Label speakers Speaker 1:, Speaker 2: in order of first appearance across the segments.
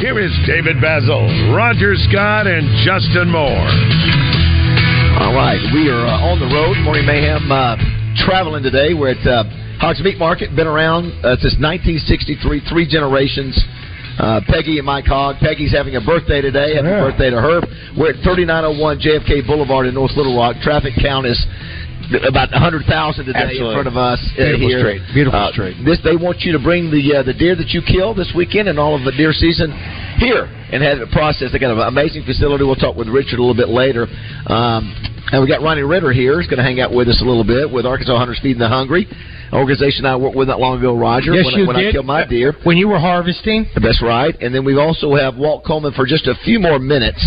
Speaker 1: Here is David Basil, Roger Scott, and Justin Moore.
Speaker 2: All right, we are uh, on the road. Morning Mayhem uh, traveling today. We're at uh, Hogs Meat Market. Been around uh, since 1963, three generations. Uh, Peggy and Mike Hogg. Peggy's having a birthday today. Happy birthday to her. We're at 3901 JFK Boulevard in North Little Rock. Traffic count is about 100,000 today in
Speaker 3: Absolutely.
Speaker 2: front of us uh,
Speaker 3: Beautiful
Speaker 2: here.
Speaker 3: street. Beautiful
Speaker 2: Uh,
Speaker 3: street.
Speaker 2: This they want you to bring the uh, the deer that you kill this weekend and all of the deer season here and have it processed. They got an amazing facility. We'll talk with Richard a little bit later. Um, and we got Ronnie Ritter here. He's going to hang out with us a little bit with Arkansas Hunters Feeding the Hungry, an organization I worked with not long ago. Roger,
Speaker 4: Yes,
Speaker 2: when,
Speaker 4: you
Speaker 2: when I
Speaker 4: did.
Speaker 2: killed my deer.
Speaker 4: When you were harvesting?
Speaker 2: That's right. And then we also have Walt Coleman for just a few more minutes.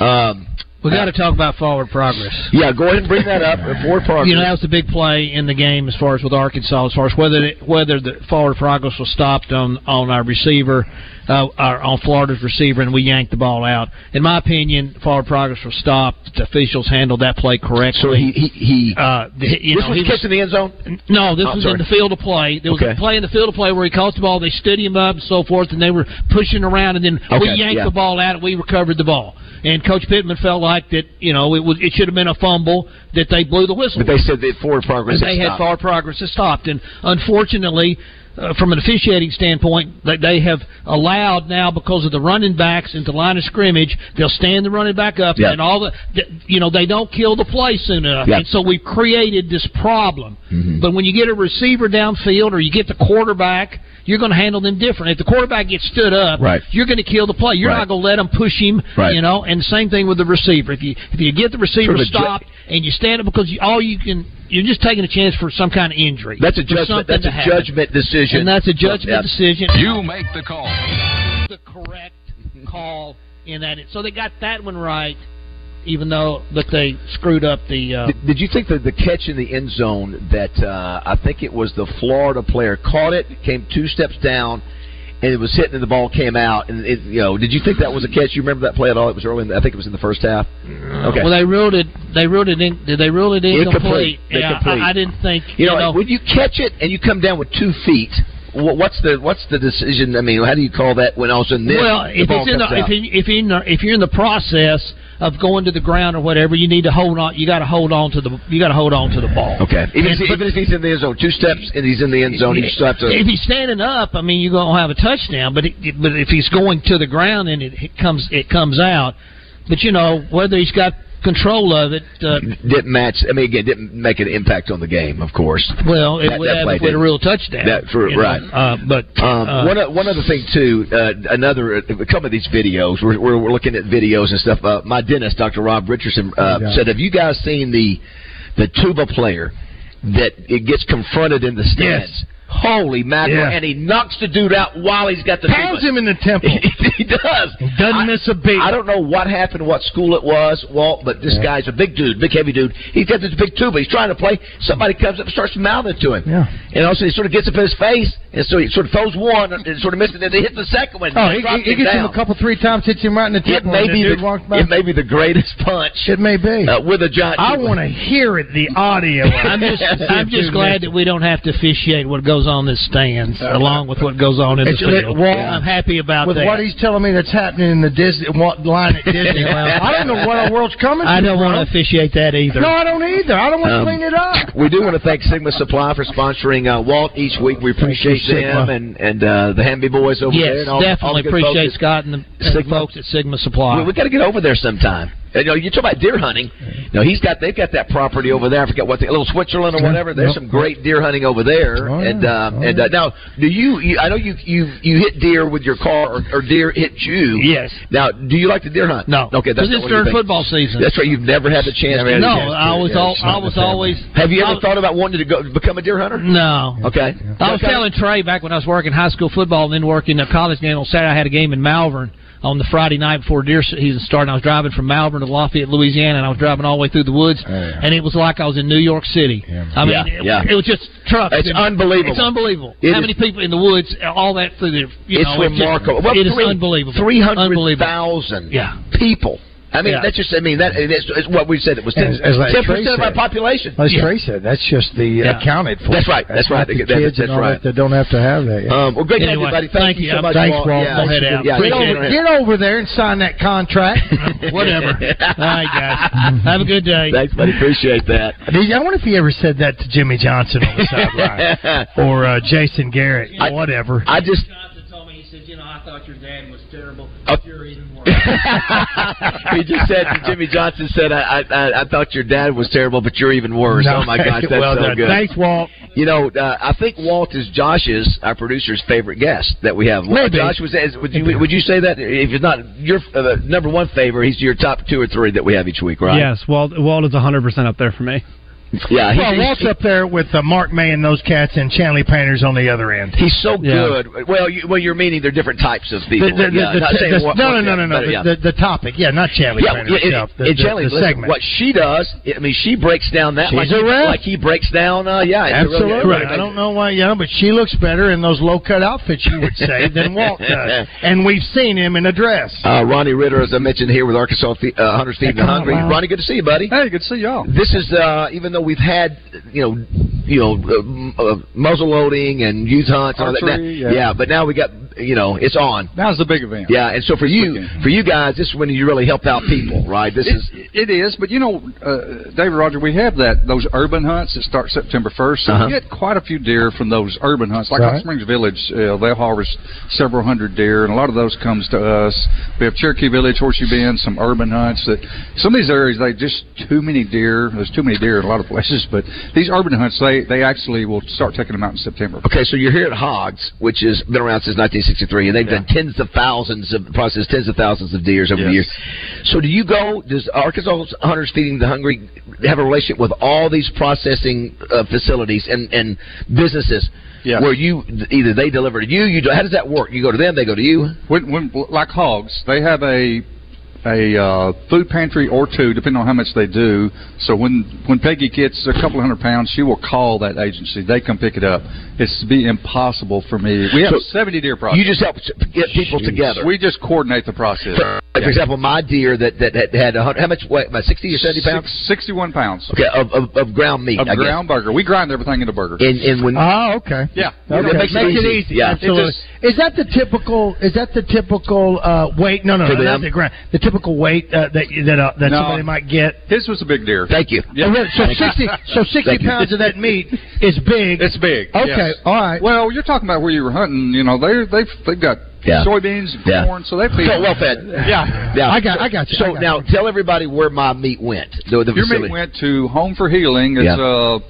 Speaker 2: Um,
Speaker 4: We got to talk about forward progress.
Speaker 2: yeah, go ahead and bring that up. Forward progress.
Speaker 4: You know, that was the big play in the game as far as with Arkansas, as far as whether it, whether the forward progress was stopped on on our receiver, uh, our, on Florida's receiver, and we yanked the ball out. In my opinion, forward progress was stopped. The officials handled that play correctly. So he
Speaker 2: he, he
Speaker 4: uh, th- you
Speaker 2: this
Speaker 4: know,
Speaker 2: was
Speaker 4: he was-
Speaker 2: kicking the end zone.
Speaker 4: No, this
Speaker 2: Oh,
Speaker 4: was
Speaker 2: sorry.
Speaker 4: in the field of play. There was
Speaker 2: Okay.
Speaker 4: a play in the field of play where he caught the ball. They stood him up and so forth, and they were pushing around, and then we
Speaker 2: Okay,
Speaker 4: yanked
Speaker 2: yeah.
Speaker 4: the ball out. and We recovered the ball, and Coach Pittman felt like that. You know, it was it should have been a fumble that they blew the whistle.
Speaker 2: But they said that forward progress.
Speaker 4: they had
Speaker 2: stopped.
Speaker 4: far progress that stopped, and unfortunately. Uh, from an officiating standpoint, that they have allowed now because of the running backs into line of scrimmage, they'll stand the running back up,
Speaker 2: Yeah.
Speaker 4: and all the, th- you know, they don't kill the play soon enough,
Speaker 2: Yeah.
Speaker 4: and so we've created this problem.
Speaker 2: Mm-hmm.
Speaker 4: But when you get a receiver downfield or you get the quarterback, you're going to handle them different. If the quarterback gets stood up,
Speaker 2: Right.
Speaker 4: you're going to kill the play. You're
Speaker 2: Right.
Speaker 4: not going to let them push him.
Speaker 2: Right.
Speaker 4: You know, and same thing with the receiver. If you if you get the receiver
Speaker 2: Sort of a ju-
Speaker 4: stopped and you stand up because you, all you can, you're just taking a chance for some kind of injury.
Speaker 2: That's a
Speaker 4: for
Speaker 2: judgment.
Speaker 4: something
Speaker 2: That's
Speaker 4: to
Speaker 2: a
Speaker 4: happen.
Speaker 2: judgment decision.
Speaker 4: And that's a judgment
Speaker 2: Yeah.
Speaker 4: decision.
Speaker 5: You make the call.
Speaker 4: The correct call in that. It, so they got that one right, even though that they screwed up the. Uh,
Speaker 2: Did you think that the catch in the end zone that uh, I think it was the Florida player caught it, came two steps down, and it was hitting, and the ball came out, and it, you know, did you think that was a catch? You remember that play at all? It was early. In the, I think it was in the first half. Okay.
Speaker 4: Well, they ruled it. They ruled it in. Did they rule it incomplete?
Speaker 2: Incomplete.
Speaker 4: Yeah,
Speaker 2: Incomplete.
Speaker 4: I, I didn't think.
Speaker 2: you know, when you catch it and you come down with two feet, wha- what's the what's the decision? I mean, how do you call that when all of a sudden this,
Speaker 4: well,
Speaker 2: the
Speaker 4: if
Speaker 2: ball
Speaker 4: it's in the,
Speaker 2: comes out?
Speaker 4: if, you, if you if you're in the process of going to the ground or whatever, you need to hold on. You got to hold on to the. You got to hold on to the ball.
Speaker 2: Okay. Even, if,
Speaker 4: And-
Speaker 2: even if he's in the end zone, two steps, and he's in the end zone, you still have to.
Speaker 4: If he's standing up, I mean, you're gonna have a touchdown. But it, but if he's going to the ground and it, it comes it comes out, but you know whether he's got control of it. Uh,
Speaker 2: didn't match. I mean, again, didn't make an impact on the game, of course.
Speaker 4: well, it
Speaker 2: Mm-hmm. That-
Speaker 4: would
Speaker 2: that
Speaker 4: have
Speaker 2: play
Speaker 4: if we had a
Speaker 2: didn't.
Speaker 4: real touchdown.
Speaker 2: That- for-
Speaker 4: you know.
Speaker 2: right.
Speaker 4: Uh, but
Speaker 2: Um,
Speaker 4: uh,
Speaker 2: one, o- one other thing too, uh, another a couple of these videos. We're, we're, we're looking at videos and stuff. Uh, my dentist, Dr. Rob Richardson, uh,
Speaker 6: Yeah.
Speaker 2: said, "Have you guys seen the the tuba player that it gets confronted in the stands? Holy mackerel!"
Speaker 3: Yeah.
Speaker 2: And he knocks the dude out while he's got the
Speaker 3: Pounds
Speaker 2: tuba.
Speaker 3: him in the temple.
Speaker 2: he does. I,
Speaker 3: Doesn't miss a beat.
Speaker 2: I don't know what happened, what school it was, Walt, but this guy's a big dude, big heavy dude. He's got this big tuba. He's trying to play. Somebody comes up and starts mouthing to him.
Speaker 3: Yeah.
Speaker 2: And also, he sort of gets up in his face, and so he sort of throws one and sort of misses it, and he hits the second one.
Speaker 3: Oh,
Speaker 2: and
Speaker 3: he,
Speaker 2: drops
Speaker 3: he, he
Speaker 2: him
Speaker 3: gets him
Speaker 2: down.
Speaker 3: a couple, three times, hits him right in the
Speaker 2: It
Speaker 3: temple.
Speaker 2: may
Speaker 3: and
Speaker 2: be
Speaker 3: the dude
Speaker 2: the
Speaker 3: walks by.
Speaker 2: it may be the greatest punch. It
Speaker 3: may be
Speaker 2: uh, with a giant.
Speaker 3: I
Speaker 2: tuba.
Speaker 3: want to hear it, the audio.
Speaker 4: I'm just I'm just glad that we don't have to officiate what goes on in the stands along with what goes on in the
Speaker 3: It's- that-
Speaker 4: field.
Speaker 3: well,
Speaker 4: I'm happy about
Speaker 3: with
Speaker 4: that.
Speaker 3: what he's telling me that's happening in the Disney what line at Disneyland. I don't know what our world's coming.
Speaker 4: I don't
Speaker 3: to,
Speaker 4: want to officiate that either.
Speaker 3: bro. No, I don't either. I don't want to
Speaker 2: Um,
Speaker 3: clean it up.
Speaker 2: We do want to thank Sigma Supply for sponsoring uh, Walt each week. We appreciate
Speaker 3: you, Sigma.
Speaker 2: them and and uh, the Hamby boys over there.
Speaker 4: yes,
Speaker 2: and all- all the
Speaker 4: definitely
Speaker 2: good folks
Speaker 4: appreciate
Speaker 2: at-
Speaker 4: Scott and the, and the
Speaker 2: Sigma.
Speaker 4: folks at Sigma Supply.
Speaker 2: We, we got to get over there sometime. You know, you talk about deer hunting. No, he's got they've got that property over there. I forget what the little Switzerland or
Speaker 3: Yeah,
Speaker 2: whatever. There's
Speaker 3: yep.
Speaker 2: some great deer hunting over there.
Speaker 3: Oh, yeah.
Speaker 2: and um,
Speaker 3: Oh,
Speaker 2: and
Speaker 3: yeah.
Speaker 2: uh, now, do you, you? I know you you you hit deer with your car or, or deer hit you.
Speaker 4: Yes.
Speaker 2: Now, do you like to deer hunt?
Speaker 4: no,
Speaker 2: Okay, that's
Speaker 4: because
Speaker 2: not
Speaker 4: it's
Speaker 2: what you
Speaker 4: during
Speaker 2: think.
Speaker 4: football season.
Speaker 2: That's right. You've never had the chance. to
Speaker 4: no,
Speaker 2: do that.
Speaker 4: I was
Speaker 2: Yeah,
Speaker 4: al-
Speaker 2: it's not
Speaker 4: I
Speaker 2: the
Speaker 4: was
Speaker 2: same.
Speaker 4: always.
Speaker 2: Have you
Speaker 4: I
Speaker 2: ever
Speaker 4: was-
Speaker 2: thought about wanting to go become a deer hunter?
Speaker 4: No.
Speaker 2: Okay.
Speaker 4: I was telling Trey back when I was working high school football and then working a college game on Saturday. I had a game in Malvern on the Friday night before deer season started. And I was driving from Malvern to Lafayette, Louisiana, and I was driving all the way through the woods, and it was like I was in New York City. I mean,
Speaker 2: Yeah,
Speaker 4: it,
Speaker 2: yeah.
Speaker 4: it was just trucks.
Speaker 2: It's
Speaker 4: and-
Speaker 2: unbelievable.
Speaker 4: It's unbelievable.
Speaker 2: It
Speaker 4: How
Speaker 2: is-
Speaker 4: many people in the woods? All that through the. You
Speaker 2: it's
Speaker 4: know, just-
Speaker 2: remarkable. Well,
Speaker 4: it is
Speaker 2: three-
Speaker 4: unbelievable.
Speaker 2: 300,000
Speaker 4: Yeah.
Speaker 2: people. I mean,
Speaker 4: Yeah.
Speaker 2: that's just, I mean, that it's, it's what we said. It was 10,
Speaker 3: As- as like Trey
Speaker 2: percent of our
Speaker 3: said.
Speaker 2: population.
Speaker 3: As
Speaker 2: Yeah.
Speaker 3: Trey said, that's just the
Speaker 4: Yeah.
Speaker 3: accounted for.
Speaker 2: That's right, that's
Speaker 3: not
Speaker 2: right.
Speaker 3: The
Speaker 2: That-
Speaker 3: kids
Speaker 2: that's
Speaker 3: and all
Speaker 2: right.
Speaker 3: that that don't have to have that. Yeah.
Speaker 2: Um, well, great
Speaker 4: Anyway,
Speaker 2: everybody.
Speaker 4: thank
Speaker 2: Thank, you
Speaker 4: you.
Speaker 2: so much,
Speaker 3: Thanks, Walt.
Speaker 2: Yeah,
Speaker 3: We'll
Speaker 4: head out.
Speaker 2: Yeah,
Speaker 3: get,
Speaker 2: thank you.
Speaker 3: over, get over there and sign that contract.
Speaker 4: Whatever. All right, guys. Have a good day.
Speaker 2: Thanks, buddy. Appreciate that.
Speaker 3: Did- I wonder if he ever said that to Jimmy Johnson on the sideline or uh, Jason Garrett,
Speaker 2: I-
Speaker 3: whatever.
Speaker 2: I just.
Speaker 4: Johnson told me, he said, you know, I thought your dad was terrible.
Speaker 2: Oh.
Speaker 4: You're even worse.
Speaker 2: he just said Jimmy Johnson said I, I I thought your dad was terrible, but you're even worse. Oh my gosh, that's
Speaker 3: well
Speaker 2: so
Speaker 3: done.
Speaker 2: good.
Speaker 3: Thanks, Walt.
Speaker 2: You know, uh, I think Walt is Josh's, our producer's favorite guest that we have.
Speaker 3: Maybe.
Speaker 2: Josh was. is- Would you would you say that if it's not your uh, number one favorite, he's your top two or three that we have each week, right?
Speaker 5: Yes, Walt, Walt is 100% up there for me.
Speaker 2: Yeah. He's,
Speaker 3: Well,
Speaker 2: he's-
Speaker 3: Walt's up there with uh, Mark May and those cats and Chanley Painters on the other end.
Speaker 2: he's so
Speaker 5: Yeah.
Speaker 2: good. Well, you, well, you're meaning they're different types of people.
Speaker 3: The- the- the-
Speaker 2: yeah,
Speaker 3: the-
Speaker 2: not saying
Speaker 3: the-
Speaker 2: one-
Speaker 3: no, no,
Speaker 2: one-
Speaker 3: no, no, no.
Speaker 2: but, yeah.
Speaker 3: The, the, the topic, yeah, not Chanley
Speaker 2: Yeah,
Speaker 3: Painter
Speaker 2: well, it-
Speaker 3: itself.
Speaker 2: it-
Speaker 3: The,
Speaker 2: it
Speaker 3: the-
Speaker 2: generally-
Speaker 3: the
Speaker 2: listen,
Speaker 3: segment.
Speaker 2: What she does, I mean, she breaks down that
Speaker 3: She's
Speaker 2: like,
Speaker 3: a
Speaker 2: he,
Speaker 3: rep.
Speaker 2: like he breaks down. Uh, yeah, it's a really-
Speaker 3: Absolutely.
Speaker 2: everybody
Speaker 3: I
Speaker 2: makes-
Speaker 3: don't know why, you know, but she looks better in those low cut outfits, you would say, than Walt does. And we've seen him in a dress.
Speaker 2: Uh, Ronnie Ritter, as I mentioned here with Arkansas Fe- uh, Hunters Feeding the Hungry. Ronnie, good to see you, buddy.
Speaker 5: Oh, Hey, good to see y'all.
Speaker 2: This is uh, even though we've had you know you know uh, m- uh, muzzle loading and youth hunts and all that.
Speaker 5: Archery,
Speaker 2: now-
Speaker 5: yeah.
Speaker 2: but now we got you know it's on.
Speaker 5: Now's the big event.
Speaker 2: Yeah, and so for you
Speaker 5: weekend.
Speaker 2: for you guys, this is when you really help out people, right? This
Speaker 5: It,
Speaker 2: is
Speaker 5: it is, but you know, uh, David Roger, we have that those urban hunts that start September 1st. So
Speaker 2: Uh-huh.
Speaker 5: we get quite a few deer from those urban hunts. Like
Speaker 3: Right.
Speaker 5: Hot Springs Village, uh, they'll harvest several hundred deer, and a lot of those comes to us. We have Cherokee Village, Horseshoe Bend, some urban hunts. That some of these areas, they just too many deer. There's too many deer in a lot of places, but these urban hunts, they they actually will start taking them out in September.
Speaker 2: Okay, so you're here at Hogs, which has been around since 1963, and they've done tens of thousands of processed tens of thousands of deers over the years. So, do you go? Does Arkansas Hunters Feeding the Hungry have a relationship with all these processing uh, facilities and and businesses?
Speaker 5: Yeah.
Speaker 2: Where you either they deliver to you, you do, how does that work? You go to them, they go to you.
Speaker 5: when, when like hogs, they have a a uh, food pantry or two, depending on how much they do. So when when Peggy gets a couple hundred pounds, she will call that agency. They come pick it up. It's be impossible for me. We have
Speaker 2: So
Speaker 5: seventy deer projects.
Speaker 2: You just help s- get people together.
Speaker 5: We just coordinate the process.
Speaker 2: So, like, for example, my deer that that had, had 100, how much? What, about 60 or 70 pounds?
Speaker 5: Six- Sixty-one pounds
Speaker 2: Okay, of, of, of ground meat.
Speaker 5: of
Speaker 2: I guess.
Speaker 5: ground burger. We grind everything into burger.
Speaker 2: And, and when
Speaker 3: Oh, okay.
Speaker 5: yeah,
Speaker 2: Ah, Okay.
Speaker 5: It
Speaker 2: Makes it easy. Yeah.
Speaker 3: Absolutely.
Speaker 5: It just-
Speaker 3: is that the typical? Is that the typical uh, weight? No, no,
Speaker 2: For
Speaker 3: no, not
Speaker 2: them?
Speaker 3: the ground. The typical weight uh, that that uh, that
Speaker 5: No.
Speaker 3: somebody might get.
Speaker 5: his was a big deer.
Speaker 2: thank you.
Speaker 5: Yeah.
Speaker 3: Oh, really? So sixty. So sixty
Speaker 2: Thank you.
Speaker 3: pounds of that meat is big.
Speaker 5: It's big.
Speaker 3: Okay,
Speaker 5: yes.
Speaker 3: all right.
Speaker 5: Well, you're talking about where you were hunting. You know, they they've they've got
Speaker 2: Yeah.
Speaker 5: soybeans and
Speaker 2: Yeah.
Speaker 5: corn, so they feed.
Speaker 2: So well fed.
Speaker 5: Yeah.
Speaker 2: Yeah.
Speaker 3: I got- I got you,
Speaker 2: So
Speaker 3: I got
Speaker 2: now tell everybody where my meat went. The, the
Speaker 5: Your
Speaker 2: facility.
Speaker 5: meat went to Home for Healing. It's
Speaker 2: Yeah.
Speaker 5: uh,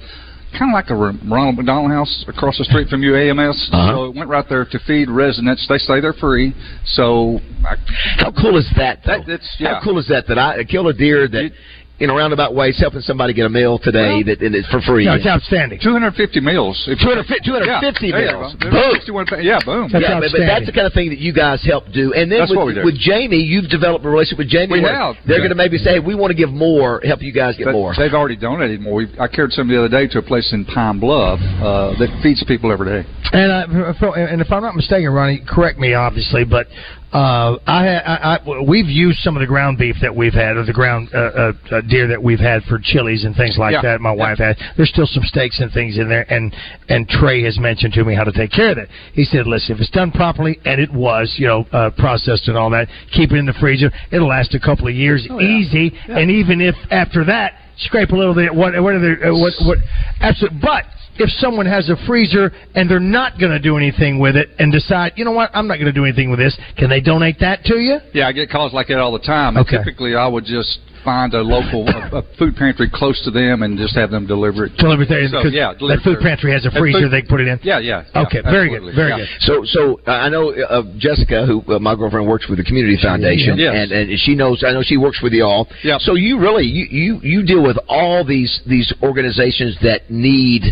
Speaker 5: kind of like a Ron- Ronald McDonald House across the street from UAMS.
Speaker 2: Uh-huh.
Speaker 5: So it went right there to feed residents. They stay there free. So I,
Speaker 2: How cool is that? though?
Speaker 5: That- that's- yeah.
Speaker 2: How cool is that? That I, I killed a deer that,
Speaker 5: You-
Speaker 2: in a roundabout way, is helping somebody get a meal today that and it's for free.
Speaker 3: no, it's outstanding.
Speaker 5: 250 meals. If-
Speaker 2: 250 250
Speaker 5: yeah, there you go.
Speaker 2: meals. Boom.
Speaker 5: 261 pa- Yeah, boom.
Speaker 3: That's
Speaker 2: yeah, but, but that's
Speaker 3: outstanding.
Speaker 2: the kind of thing that you guys help do. And then
Speaker 5: That's
Speaker 2: with,
Speaker 5: what we do.
Speaker 2: with Jamie, you've developed a relationship with Jamie.
Speaker 5: We
Speaker 2: where
Speaker 5: have.
Speaker 2: They're
Speaker 5: Yeah.
Speaker 2: going to maybe say, hey, we want to give more, help you guys get
Speaker 5: But
Speaker 2: more.
Speaker 5: They've already donated more. We've, I carried some the other day to a place in Pine Bluff uh, that feeds people every day.
Speaker 3: And, I, if- and if I'm not mistaken, Ronnie, correct me obviously, but uh, I, had- I, I we've used some of the ground beef that we've had, or the ground uh, uh, uh, deer that we've had for chilies and things like
Speaker 5: Yeah.
Speaker 3: that. My
Speaker 5: Yeah.
Speaker 3: wife had. There's still some steaks and things in there, and and Trey has mentioned to me how to take care of that. He said, listen, if it's done properly, and it was, you know, uh, processed and all that, keep it in the freezer. It'll last a couple of years,
Speaker 2: Oh,
Speaker 3: easy. And even if after that, scrape a little bit. What? What are the? Uh, what? What? Absolutely. But if someone has a freezer and they're not going to do anything with it, and decide, you know what, I'm not going to do anything with this, can they donate that to you?
Speaker 5: Yeah, I get calls like that all the time. And
Speaker 3: Okay.
Speaker 5: Typically, I would just find a local a, a food pantry close to them and just have them deliver it.
Speaker 3: Deliver there
Speaker 5: So,
Speaker 3: because
Speaker 5: yeah,
Speaker 3: that
Speaker 5: deliver
Speaker 3: food
Speaker 5: there.
Speaker 3: pantry has a
Speaker 5: That
Speaker 3: freezer
Speaker 5: food-
Speaker 3: they can put it in.
Speaker 5: Yeah, yeah. yeah,
Speaker 3: Okay, very good,
Speaker 5: absolutely,
Speaker 3: very
Speaker 5: yeah.
Speaker 3: good.
Speaker 2: So, so uh, I know uh, Jessica, who uh, my girlfriend works with the Community Foundation,
Speaker 5: Yes.
Speaker 2: and, and she knows. I know she works with y'all.
Speaker 5: Yep.
Speaker 2: So you really you, you you deal with all these these organizations that need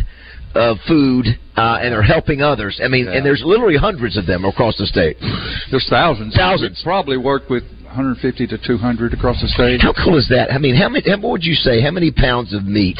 Speaker 2: of food uh, and are helping others. I mean, and there's literally hundreds of them across the state.
Speaker 5: There's thousands.
Speaker 2: Thousands.
Speaker 5: We probably work with 150 to 200 across the state.
Speaker 2: How cool is that? I mean, how many? How, what would you say? How many pounds of meat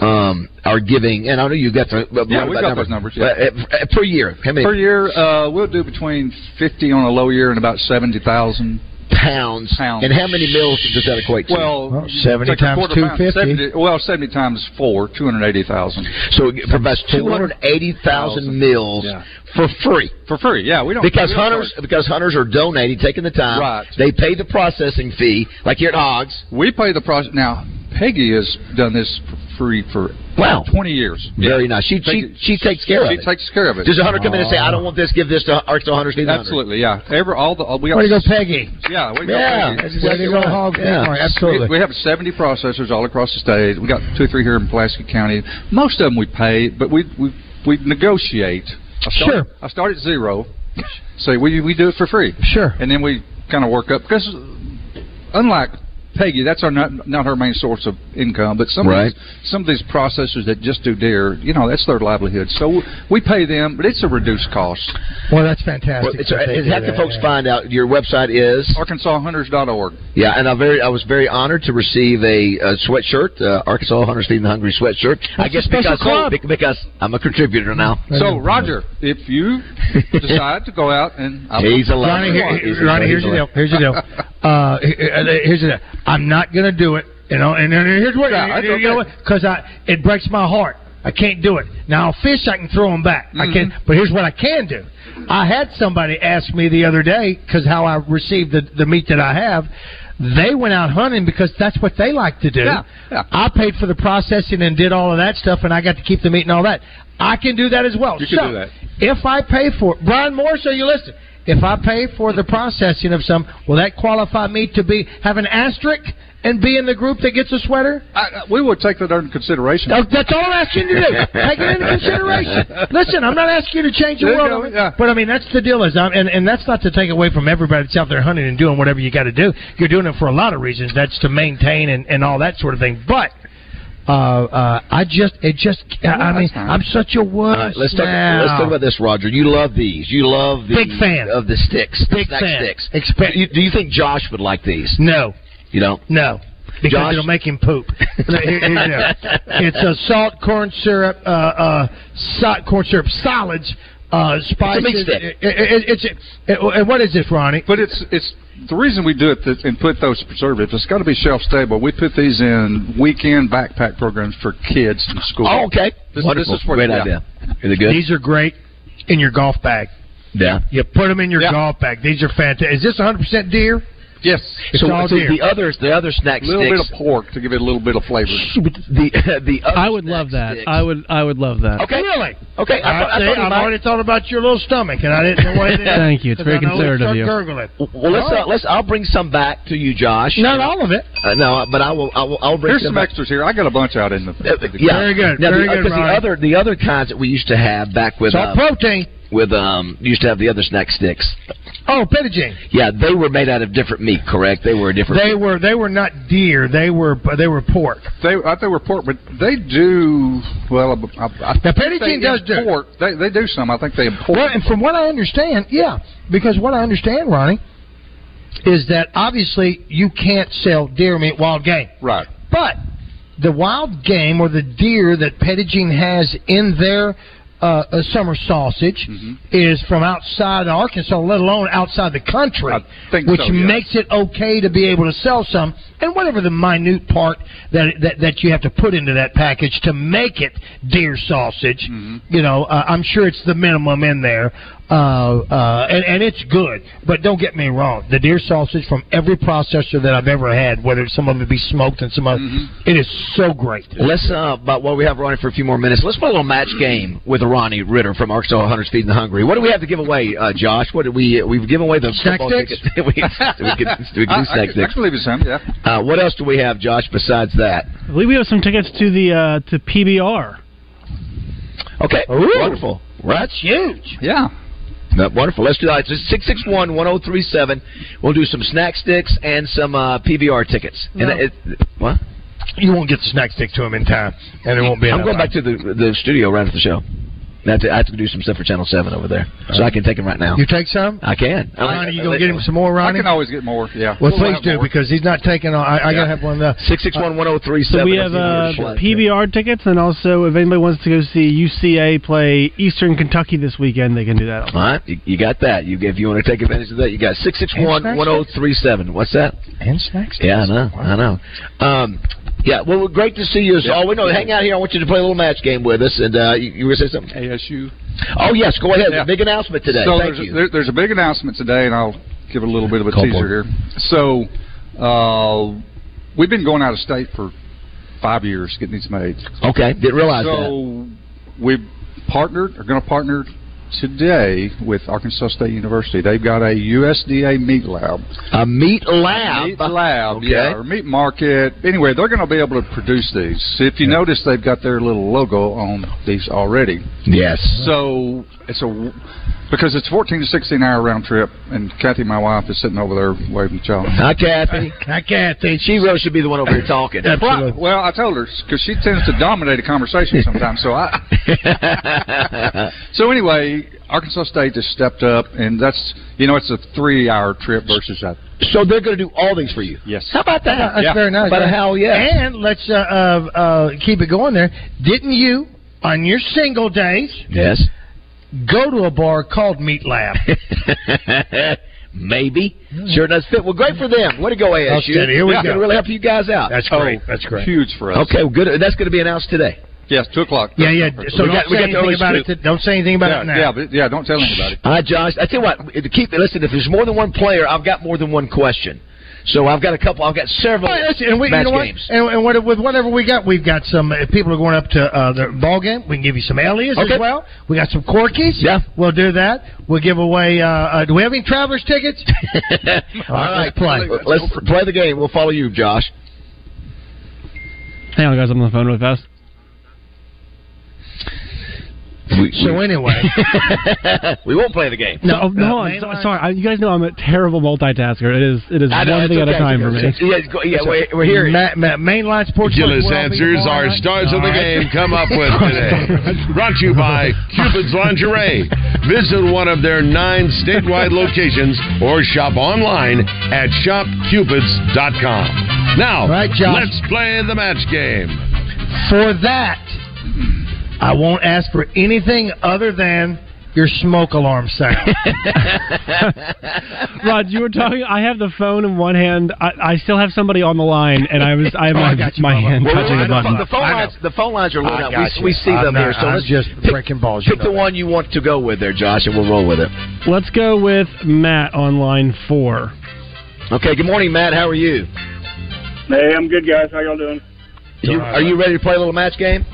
Speaker 2: um, are giving? And I know you got the
Speaker 5: Yeah,
Speaker 2: what
Speaker 5: we've got
Speaker 2: about
Speaker 5: those numbers, yeah.
Speaker 2: But, uh, per year, how many
Speaker 5: per year, uh, we'll do between 50 on a low year and about 70,000
Speaker 2: pounds?
Speaker 5: pounds.
Speaker 2: And how many meals does that equate to?
Speaker 5: Well,
Speaker 3: Well, 70
Speaker 5: it's like a
Speaker 3: times
Speaker 5: quarter pound,
Speaker 3: 250.
Speaker 5: 70 well, 70 times 4, 280,000.
Speaker 2: so it provides two hundred eighty thousand meals
Speaker 5: Yeah.
Speaker 2: for free.
Speaker 5: For free, yeah. We don't
Speaker 2: Because
Speaker 5: we don't
Speaker 2: hunters,
Speaker 5: charge.
Speaker 2: because hunters are donating, taking the time.
Speaker 5: Right.
Speaker 2: They pay the processing fee, like here at Hogs.
Speaker 5: We pay the process. Now, Peggy has done this for free for
Speaker 2: Wow,
Speaker 5: 20 years.
Speaker 2: very nice. She she
Speaker 5: Peggy-
Speaker 2: she takes care of
Speaker 5: She
Speaker 2: it.
Speaker 5: takes care of it.
Speaker 2: Does a hunter come in and say, "I don't want this, give this to Arkansas hunters"? Need the hunter."
Speaker 5: Absolutely, yeah. Every all the all, we got
Speaker 3: Way to go, Peggy.
Speaker 5: yeah, we
Speaker 2: Yeah,
Speaker 5: got,
Speaker 2: that's
Speaker 5: we-
Speaker 2: exactly
Speaker 3: Way to go,
Speaker 2: right.
Speaker 3: Hog.
Speaker 2: Yeah.
Speaker 3: All right, absolutely.
Speaker 5: We have 70 processors all across the state. We got two or three here in Pulaski County. Most of them we pay, but we we we negotiate. I start,
Speaker 3: Sure.
Speaker 5: I start at zero. Say we we do it for free,
Speaker 3: Sure.
Speaker 5: and then we kind of work up because unlike Peggy, that's our not not her main source of income, but some
Speaker 2: Right.
Speaker 5: of these, some of these processors that just do deer, you know, that's their livelihood. So we pay them, but it's a reduced cost.
Speaker 3: Well, that's fantastic.
Speaker 2: Well, it's,
Speaker 3: that they
Speaker 2: it's
Speaker 3: do
Speaker 2: how can
Speaker 3: that,
Speaker 2: folks
Speaker 3: yeah.
Speaker 2: find out? Your website is
Speaker 5: ArkansasHunters.org.
Speaker 2: yeah, and I very I was very honored to receive a, uh sweatshirt, uh, Arkansas Hunters Feeding the Hungry sweatshirt. I
Speaker 3: That's
Speaker 2: guess
Speaker 3: a special
Speaker 2: because
Speaker 3: club.
Speaker 2: be- because I'm a contributor now.
Speaker 5: So, Roger, if you decide to go out and I
Speaker 2: He's a
Speaker 3: Ronnie,
Speaker 2: liar.
Speaker 3: here,
Speaker 2: He's a-
Speaker 3: Ronnie,
Speaker 2: he's
Speaker 3: here's
Speaker 2: a
Speaker 3: the
Speaker 2: liar.
Speaker 3: deal. Here's the deal. Uh, he- he- here's the deal. I'm not gonna do it. You know, and, and here's what
Speaker 5: Yeah, that's
Speaker 3: you know
Speaker 5: okay.
Speaker 3: what? Because I it breaks my heart. I can't do it. Now fish, I can throw them back. I can, but here's what I can do. I had somebody ask me the other day because how I received the the meat that I have. They went out hunting because that's what they like to do.
Speaker 5: Yeah, yeah.
Speaker 3: I paid for the processing and did all of that stuff, and I got to keep the meat and all that. I can do that as well.
Speaker 5: You can
Speaker 3: So,
Speaker 5: do that.
Speaker 3: If I pay for Brian Morse, are you listening? If I pay for the processing of some, will that qualify me to be have an asterisk and be in the group that gets a sweater?
Speaker 5: I, we will take that under consideration.
Speaker 3: Oh, That's all I'm asking you to do. Take it into consideration. Listen, I'm not asking you to change the
Speaker 5: There you
Speaker 3: world,
Speaker 5: go,
Speaker 3: I mean,
Speaker 5: yeah.
Speaker 3: but I mean that's the deal. Is I'm, and and that's not to take away from everybody that's out there hunting and doing whatever you got to do. You're doing it for a lot of reasons. That's to maintain and and all that sort of thing. But. Uh, uh, I just, it just, I- I mean,
Speaker 5: that's fine.
Speaker 3: I'm such a wuss.
Speaker 2: All right, let's talk.
Speaker 3: now.
Speaker 2: Let's talk about this, Roger. You love these. You love the
Speaker 3: Big fan.
Speaker 2: of the sticks. the
Speaker 3: Big
Speaker 2: snack
Speaker 3: fan.
Speaker 2: sticks.
Speaker 3: Expe-
Speaker 2: do, you, do you think Josh would like these?
Speaker 3: No,
Speaker 2: You don't.
Speaker 3: no. Because
Speaker 2: Josh?
Speaker 3: it'll make him poop. Here- here- here it is. it's a salt, corn syrup, uh, uh, salt, corn syrup solids, uh, spices.
Speaker 2: meat stick.
Speaker 3: It- it- it's it- and what is this, Ronnie?
Speaker 5: But it's it's the reason we do it th- and put those preservatives. It's got to be shelf stable. We put these in weekend backpack programs for kids in school.
Speaker 2: Oh, okay.
Speaker 5: This-
Speaker 2: Wonderful.
Speaker 5: this is where-
Speaker 2: Great
Speaker 5: yeah.
Speaker 2: idea. Is it good?
Speaker 3: These are great in your golf bag.
Speaker 2: yeah.
Speaker 3: You put them in your
Speaker 5: Yeah.
Speaker 3: golf bag. These are fantastic. Is this 100% deer?
Speaker 5: Yes,
Speaker 3: It's
Speaker 2: so,
Speaker 3: all
Speaker 2: so
Speaker 3: deer.
Speaker 2: the others, the other snack
Speaker 5: a little bit of
Speaker 2: sticks.
Speaker 5: pork to give it a little bit of flavor.
Speaker 2: the the other
Speaker 6: I would
Speaker 2: snack
Speaker 6: love that.
Speaker 2: sticks.
Speaker 6: I would. I would love that.
Speaker 2: okay.
Speaker 3: Really?
Speaker 2: Okay. I,
Speaker 3: I,
Speaker 2: thought, I thought
Speaker 3: see,
Speaker 2: he
Speaker 3: I've
Speaker 2: might-
Speaker 3: already thought about your little stomach, and I didn't know what it is.
Speaker 6: Thank you. It's
Speaker 3: 'Cause
Speaker 6: very
Speaker 3: I know it'll
Speaker 6: considerate of
Speaker 3: start
Speaker 6: you.
Speaker 3: Gurgling.
Speaker 2: Well, let's uh, let's. I'll bring some back to you, Josh.
Speaker 3: Not all of it.
Speaker 2: Uh, no, but I will. I will. I'll bring
Speaker 5: Here's
Speaker 2: some
Speaker 5: some
Speaker 2: back.
Speaker 5: extras here. I got a bunch out in the.
Speaker 2: Uh, yeah.
Speaker 3: Very good,
Speaker 2: Now,
Speaker 3: very
Speaker 2: the, uh,
Speaker 3: good,
Speaker 2: Because the
Speaker 3: Ronnie.
Speaker 2: other the other kinds that we used to have back with
Speaker 3: Salt
Speaker 2: uh,
Speaker 3: protein.
Speaker 2: with um used to have the other snack sticks.
Speaker 3: Oh, pettigene.
Speaker 2: Yeah, they were made out of different meat. Correct. They were a different.
Speaker 3: They were they were not deer. They were uh, they were pork.
Speaker 5: They, I think they were pork, but they do well. I, I
Speaker 3: Now,
Speaker 5: think
Speaker 3: Petty
Speaker 5: they
Speaker 3: Jean does do.
Speaker 5: import. They, they do some. I think they import.
Speaker 3: Well, and from what I understand, yeah, because what I understand, Ronnie, is that obviously you can't sell deer meat wild game,
Speaker 5: Right.
Speaker 3: but the wild game or the deer that Pettigene has in their uh, uh, summer sausage
Speaker 5: Mm-hmm.
Speaker 3: is from outside Arkansas, let alone outside the country,
Speaker 5: I think
Speaker 3: which
Speaker 5: so, yes.
Speaker 3: makes it okay to be able to sell some. And whatever the minute part that that, that you have to put into that package to make it deer sausage,
Speaker 5: Mm-hmm.
Speaker 3: you know, uh, I'm sure it's the minimum in there, uh, uh, and and it's good. But don't get me wrong, the deer sausage from every processor that I've ever had, whether some of it be smoked and some other,
Speaker 5: Mm-hmm.
Speaker 3: it is so great.
Speaker 2: Let's, uh, but while we have Ronnie for a few more minutes, let's play a little match game with Ronnie Ritter from Arkansas Hunters Feeding the Hungry. What do we have to give away, uh, Josh? What did we, we've given away the
Speaker 3: Snack
Speaker 2: football
Speaker 3: sticks?
Speaker 2: ticket. we, we could, we could
Speaker 5: I,
Speaker 2: do
Speaker 5: I,
Speaker 2: snack
Speaker 5: can, I
Speaker 2: sticks.
Speaker 5: can leave you some. Yeah.
Speaker 2: Uh, what else do we have, Josh, besides that?
Speaker 6: I believe we have some tickets to the uh, to PBR.
Speaker 2: Okay. Wonderful. Right?
Speaker 3: Huge.
Speaker 5: Yeah.
Speaker 2: No, wonderful. Let's do that. It's 661 1037. We'll do some snack sticks and some uh, PBR tickets.
Speaker 6: No.
Speaker 2: And it, what?
Speaker 3: you won't get the snack stick to him in time, and it won't be.
Speaker 2: I'm
Speaker 3: enough
Speaker 2: going
Speaker 3: time.
Speaker 2: back to the the studio right after the show. I have, to, I have to do some stuff for Channel Seven over there, so I can take him right now.
Speaker 3: You take some?
Speaker 2: I can.
Speaker 3: Ronnie, you gonna get him some more, Ronnie?
Speaker 5: I can always get more. Yeah.
Speaker 3: Well, please do because he's not taking on. I, I gotta have one. uh,
Speaker 2: Six six one one zero three
Speaker 6: So we have uh, PBR tickets, and also if anybody wants to go see UCA play Eastern Kentucky this weekend, they can do that.
Speaker 2: All right, you, you got that. You if you want to take advantage of that, you got six six one one zero three seven. What's that?
Speaker 3: And snacks.
Speaker 2: Yeah, I know. I know. Um, yeah, well, well, great to see you. So,
Speaker 5: Yeah.
Speaker 2: all we know, hang out here. I want you to play a little match game with us, and uh, you, you were gonna say something.
Speaker 5: ASU.
Speaker 2: Oh yes, go ahead.
Speaker 5: Yeah.
Speaker 2: Big announcement today.
Speaker 5: So
Speaker 2: Thank
Speaker 5: there's,
Speaker 2: you.
Speaker 5: There, there's a big announcement today, and I'll give a little bit of a
Speaker 2: Call for
Speaker 5: teaser here. So uh, we've been going out of state for five years getting these made.
Speaker 2: okay, didn't realize that.
Speaker 5: so we partnered, are going to partner today with Arkansas State University. They've got a USDA meat lab.
Speaker 2: A meat lab.
Speaker 5: Meat lab,
Speaker 2: Okay.
Speaker 5: yeah, or meat market. Anyway, they're going to be able to produce these. If you notice, they've got their little logo on these already.
Speaker 2: Yes.
Speaker 5: So it's a because it's 14 to 16 hour round trip, and Kathy, my wife, is sitting over there waving at y'all.
Speaker 2: Hi, Kathy.
Speaker 3: I can't think.
Speaker 2: She really should be the one over here talking.
Speaker 3: Absolutely.
Speaker 5: Well, I told her because she tends to dominate a conversation sometimes. So I. So anyway, Arkansas State has stepped up, and that's you know it's a three hour trip versus that.
Speaker 2: so they're going to do all these for you.
Speaker 5: Yes.
Speaker 2: How about that?
Speaker 3: Uh, That's
Speaker 5: Yeah.
Speaker 3: very nice.
Speaker 2: But
Speaker 3: right?
Speaker 2: hell yeah.
Speaker 3: And let's uh, uh, uh, keep it going there. Didn't you on your single days
Speaker 2: Yes.
Speaker 3: go to a bar called Meat Lab?
Speaker 2: Maybe. Sure does fit. Well, great for them. Way to go, ASU.
Speaker 3: Outstanding. Here we
Speaker 2: It's
Speaker 3: go.
Speaker 2: gonna really help you guys out. Oh.
Speaker 3: That's great. That's great.
Speaker 5: Oh. Huge for us.
Speaker 2: okay, well, good. That's going to be announced today.
Speaker 5: Yes, two o'clock.
Speaker 3: Yeah, yeah. So
Speaker 2: We
Speaker 3: don't
Speaker 2: got- we
Speaker 3: say
Speaker 2: got the
Speaker 3: anything
Speaker 2: early
Speaker 3: about it.
Speaker 2: scoop.
Speaker 3: to- don't say anything about
Speaker 5: Yeah,
Speaker 3: it now.
Speaker 5: yeah, but, yeah. Don't tell anybody.
Speaker 2: Hi, Josh. I tell you what. if- Keep listen. If there's more than one player, I've got more than one question. So I've got a couple. I've got several
Speaker 3: All right, listen, and we,
Speaker 2: match
Speaker 3: you know what?
Speaker 2: games.
Speaker 3: And, and what, with whatever we got, we've got some. If people are going up to uh, the ball game, we can give you some alias
Speaker 2: Okay.
Speaker 3: as well. We got some corkies.
Speaker 2: Yeah.
Speaker 3: we'll do that. We'll give away. Uh, uh, do we have any travelers tickets?
Speaker 2: all right,
Speaker 3: let's play.
Speaker 2: Let's play the game. We'll follow you, Josh.
Speaker 6: Hang on, guys, I'm on the phone really fast.
Speaker 2: We,
Speaker 3: so anyway,
Speaker 2: we won't play the game.
Speaker 6: No, no,
Speaker 3: uh,
Speaker 6: I'm so,
Speaker 3: mainline-
Speaker 6: sorry. I, you guys know I'm a terrible multitasker. It is, it is
Speaker 2: I know,
Speaker 6: one
Speaker 2: it's
Speaker 6: thing at a
Speaker 2: okay.
Speaker 6: time for me.
Speaker 2: It's okay. Yeah, go- yeah, we're, we're here.
Speaker 3: ma- ma- mainline sports.
Speaker 1: Ridiculous
Speaker 3: Network will be
Speaker 1: answers
Speaker 3: tomorrow
Speaker 1: our
Speaker 3: night.
Speaker 1: stars of
Speaker 3: All
Speaker 1: the
Speaker 3: right.
Speaker 1: game come up with today. Brought to you by Cupid's Lingerie. Visit one of their nine statewide locations or shop online at shopcupids.com. Now,
Speaker 3: Right, Josh.
Speaker 1: let's play the match game.
Speaker 3: For that, I won't ask for anything other than your smoke alarm sound.
Speaker 6: Rod, you were talking. I have the phone in one hand. I, I still have somebody on the line, and I was I have
Speaker 3: Oh, I
Speaker 6: my,
Speaker 3: got you,
Speaker 6: my
Speaker 3: Bubba.
Speaker 6: hand
Speaker 2: Well,
Speaker 6: touching the
Speaker 2: I know,
Speaker 6: button.
Speaker 2: The phone
Speaker 3: I know.
Speaker 2: lines, the phone lines are lit
Speaker 3: I
Speaker 2: up.
Speaker 3: got
Speaker 2: We,
Speaker 3: you.
Speaker 2: we see
Speaker 3: I'm
Speaker 2: them
Speaker 3: not-
Speaker 2: here. So
Speaker 3: I'm
Speaker 2: let's
Speaker 3: just
Speaker 2: pick,
Speaker 3: breaking balls, you
Speaker 2: Pick the
Speaker 3: know that.
Speaker 2: one you want to go with there, Josh, and we'll roll with it.
Speaker 6: Let's go with Matt on line four.
Speaker 2: Okay. Good morning, Matt. How are you?
Speaker 7: Hey, I'm good, guys. How y'all doing?
Speaker 2: you are you ready to play a little match game?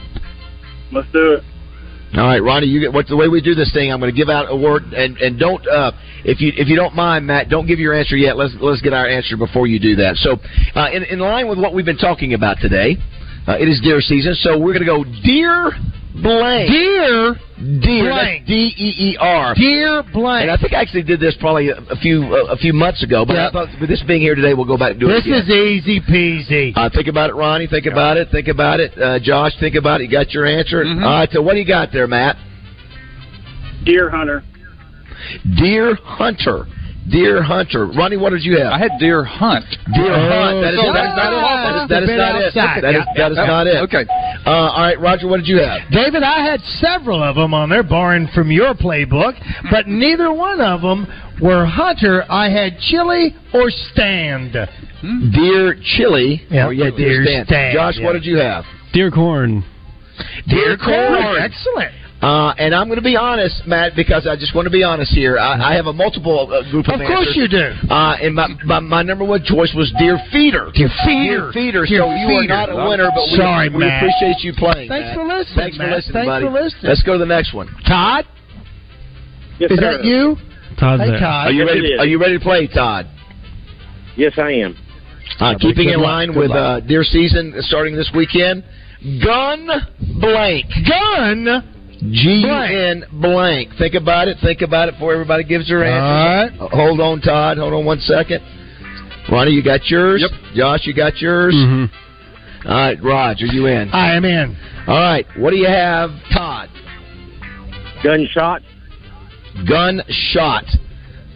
Speaker 7: Let's do it.
Speaker 2: All right, Ronnie. You get what the way we do this thing. I'm going to give out a word, and and don't uh, if you if you don't mind, Matt, don't give your answer yet. Let's let's get our answer before you do that. So, uh, in in line with what we've been talking about today, uh, it is deer season. So we're going to go deer blank.
Speaker 3: Dear
Speaker 2: Deer.
Speaker 3: blank.
Speaker 2: That's D E E R.
Speaker 3: Dear
Speaker 2: And
Speaker 3: blank.
Speaker 2: I think I actually did this probably a, a few a, a few months ago, but
Speaker 3: Yeah.
Speaker 2: I thought with this being here today, we'll go back and do
Speaker 3: This
Speaker 2: it. again.
Speaker 3: is easy peasy.
Speaker 2: Uh, think about it, Ronnie. Think about it. Think about it, uh, Josh. Think about it. You got your answer.
Speaker 5: Mhm.
Speaker 2: All right. So what do you got there, Matt?
Speaker 7: Deer hunter.
Speaker 2: Deer hunter. Deer hunter. Ronnie, what did you have?
Speaker 5: I had deer hunt. Oh,
Speaker 2: deer hunt. That is,
Speaker 5: so
Speaker 2: that is not
Speaker 3: that's
Speaker 2: it. That is, that
Speaker 3: the bit
Speaker 2: is not
Speaker 3: outside.
Speaker 2: it. That is, that is not it.
Speaker 5: Okay.
Speaker 2: Uh, all right, Roger. What did you have?
Speaker 3: David, I had several of them on there, barring from your playbook, but neither one of them were hunter. I had chili or stand.
Speaker 2: Deer Hmm? chili.
Speaker 3: Yeah.
Speaker 2: Oh, yeah, deer,
Speaker 3: Deer
Speaker 2: stand.
Speaker 3: stand,
Speaker 2: Josh,
Speaker 3: yeah.
Speaker 2: what did you have?
Speaker 6: Deer corn.
Speaker 2: Deer
Speaker 3: Excellent.
Speaker 2: Uh, and I'm going to be honest, Matt, because I just want to be honest here. I, I have a multiple uh, group of
Speaker 3: Of
Speaker 2: answers.
Speaker 3: course you do.
Speaker 2: Uh, and my, my my number one choice was deer feeder.
Speaker 3: Deer
Speaker 2: Deer
Speaker 3: feeder.
Speaker 2: feeder.
Speaker 3: Deer
Speaker 2: so you are
Speaker 3: feeder.
Speaker 2: not a winner, but we,
Speaker 3: Sorry,
Speaker 2: we
Speaker 3: Matt.
Speaker 2: appreciate you playing.
Speaker 3: Thanks
Speaker 2: Matt.
Speaker 3: for listening,
Speaker 2: Thanks for
Speaker 3: Matt.
Speaker 2: listening,
Speaker 3: Thanks
Speaker 2: buddy.
Speaker 3: for listening.
Speaker 2: Let's go to the next one.
Speaker 3: Todd,
Speaker 7: Yes,
Speaker 3: is
Speaker 7: sir.
Speaker 3: that you?
Speaker 6: Todd's
Speaker 3: Hey,
Speaker 6: there.
Speaker 3: Todd.
Speaker 2: Are you
Speaker 7: Yes,
Speaker 2: ready?
Speaker 7: it is.
Speaker 2: Are you ready to play, Todd?
Speaker 7: Yes, I am.
Speaker 2: Uh, keeping
Speaker 3: good
Speaker 2: in
Speaker 3: luck.
Speaker 2: line
Speaker 3: Good
Speaker 2: with uh,
Speaker 3: luck.
Speaker 2: deer season starting this weekend. Gun blank.
Speaker 3: Gun.
Speaker 2: G U N blank. Think about it. Think about it before everybody gives their
Speaker 3: All
Speaker 2: answer.
Speaker 3: right.
Speaker 2: Uh, Hold on, Todd. Hold on one second. Ronnie, you got yours.
Speaker 5: Yep.
Speaker 2: Josh, you got yours.
Speaker 6: Mhm.
Speaker 8: Mm-hmm.
Speaker 2: All right, Raj, are you in?
Speaker 3: Uh,
Speaker 9: I am in.
Speaker 2: All right, what do you have, Todd?
Speaker 10: Gunshot.
Speaker 2: Gunshot.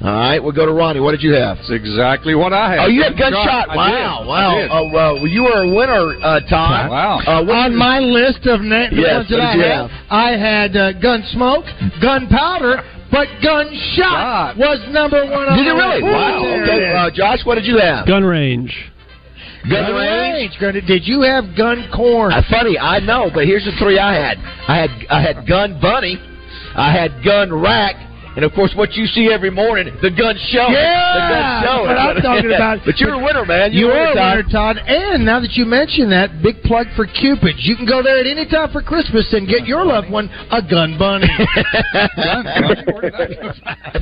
Speaker 2: All right, we'll go to Ronnie. What did you have? That's
Speaker 8: exactly what I had.
Speaker 2: Oh, you had
Speaker 8: Gunshot.
Speaker 2: gunshot.
Speaker 8: I
Speaker 2: Wow,
Speaker 8: did.
Speaker 2: wow.
Speaker 8: I did.
Speaker 2: Oh, well, you were a winner, uh, Todd.
Speaker 8: Wow.
Speaker 2: Uh, what-
Speaker 3: On my list of na- the
Speaker 2: Yes,
Speaker 3: ones
Speaker 2: what
Speaker 3: that I
Speaker 2: did you
Speaker 3: had, I had uh, gunsmoke, gunpowder, but gunshot was number one. on
Speaker 2: Did you
Speaker 3: my
Speaker 2: really?
Speaker 3: list.
Speaker 2: Wow.
Speaker 3: There it
Speaker 2: Okay.
Speaker 3: is.
Speaker 2: Uh, Josh, what did you have?
Speaker 6: Gun range.
Speaker 2: Gun
Speaker 3: Gun range. Gun- Did you have gun corn?
Speaker 2: Uh, funny, I know, but here's the three I had. I had I had gun bunny, I had gun rack, and of course, what you see every morning, the gun show.
Speaker 3: Yeah,
Speaker 2: the gun show.
Speaker 3: that's what I'm talking about.
Speaker 2: But you're a winner, Uh, man.
Speaker 3: You
Speaker 2: You're
Speaker 3: are
Speaker 2: a
Speaker 3: a
Speaker 2: winner, Todd.
Speaker 3: winner, Todd. And now that you mention that, big plug for Cupid. You can go there at any time for Christmas and get your loved one a gun bunny.
Speaker 2: Have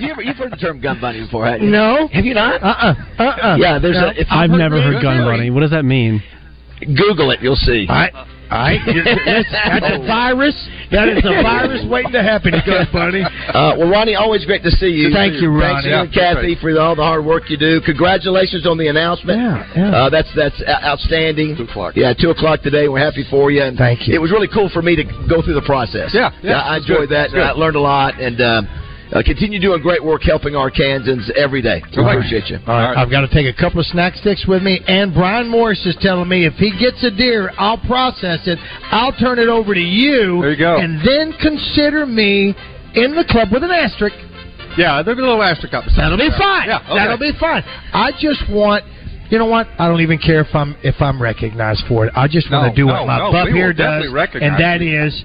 Speaker 2: you ever you've heard the term gun bunny before? Haven't you?
Speaker 3: no?
Speaker 2: Have you not?
Speaker 3: Uh-uh. Uh-uh.
Speaker 2: Yeah, there's
Speaker 3: No.
Speaker 2: a. If
Speaker 6: I've never heard gun running. What does that mean?
Speaker 2: Google it, you'll see.
Speaker 3: I, I, you're- that's, that's
Speaker 2: Oh.
Speaker 3: a virus. That is a virus waiting to happen, gun bunny.
Speaker 2: Uh, well, Ronnie, always great to see you.
Speaker 3: Thank you,
Speaker 2: Thanks
Speaker 3: Ronnie.
Speaker 2: you and
Speaker 8: Yeah,
Speaker 2: Kathy for all the hard work you do. Congratulations on the announcement.
Speaker 3: Yeah, yeah.
Speaker 2: Uh, that's that's o- outstanding.
Speaker 8: Two o'clock.
Speaker 2: Yeah, two o'clock today. We're happy for you. And
Speaker 3: Thank you.
Speaker 2: It was really cool for me to go through the process.
Speaker 8: Yeah, yeah,
Speaker 2: I
Speaker 8: that's good,
Speaker 2: enjoyed that.
Speaker 8: that's good.
Speaker 2: I learned a lot, and um, uh, continue doing great work helping our Kansans every day. We
Speaker 8: All right.
Speaker 2: appreciate you.
Speaker 3: All right,
Speaker 8: right.
Speaker 3: I've got to take a couple of snack sticks with me. And Brian Morris is telling me if he gets a deer, I'll process it. I'll turn it over to you.
Speaker 8: There you go.
Speaker 3: And then consider me in the club with an asterisk.
Speaker 8: Yeah, there'll be a little asterisk up.
Speaker 3: That'll be fine.
Speaker 8: Yeah, okay.
Speaker 3: That'll be fine. I just want. You know what? I don't even care if I'm if I'm recognized for it. I just want
Speaker 8: No,
Speaker 3: to do
Speaker 8: no,
Speaker 3: what my
Speaker 8: no,
Speaker 3: bub
Speaker 8: we will
Speaker 3: here does,
Speaker 8: definitely recognize
Speaker 3: and that is
Speaker 8: you.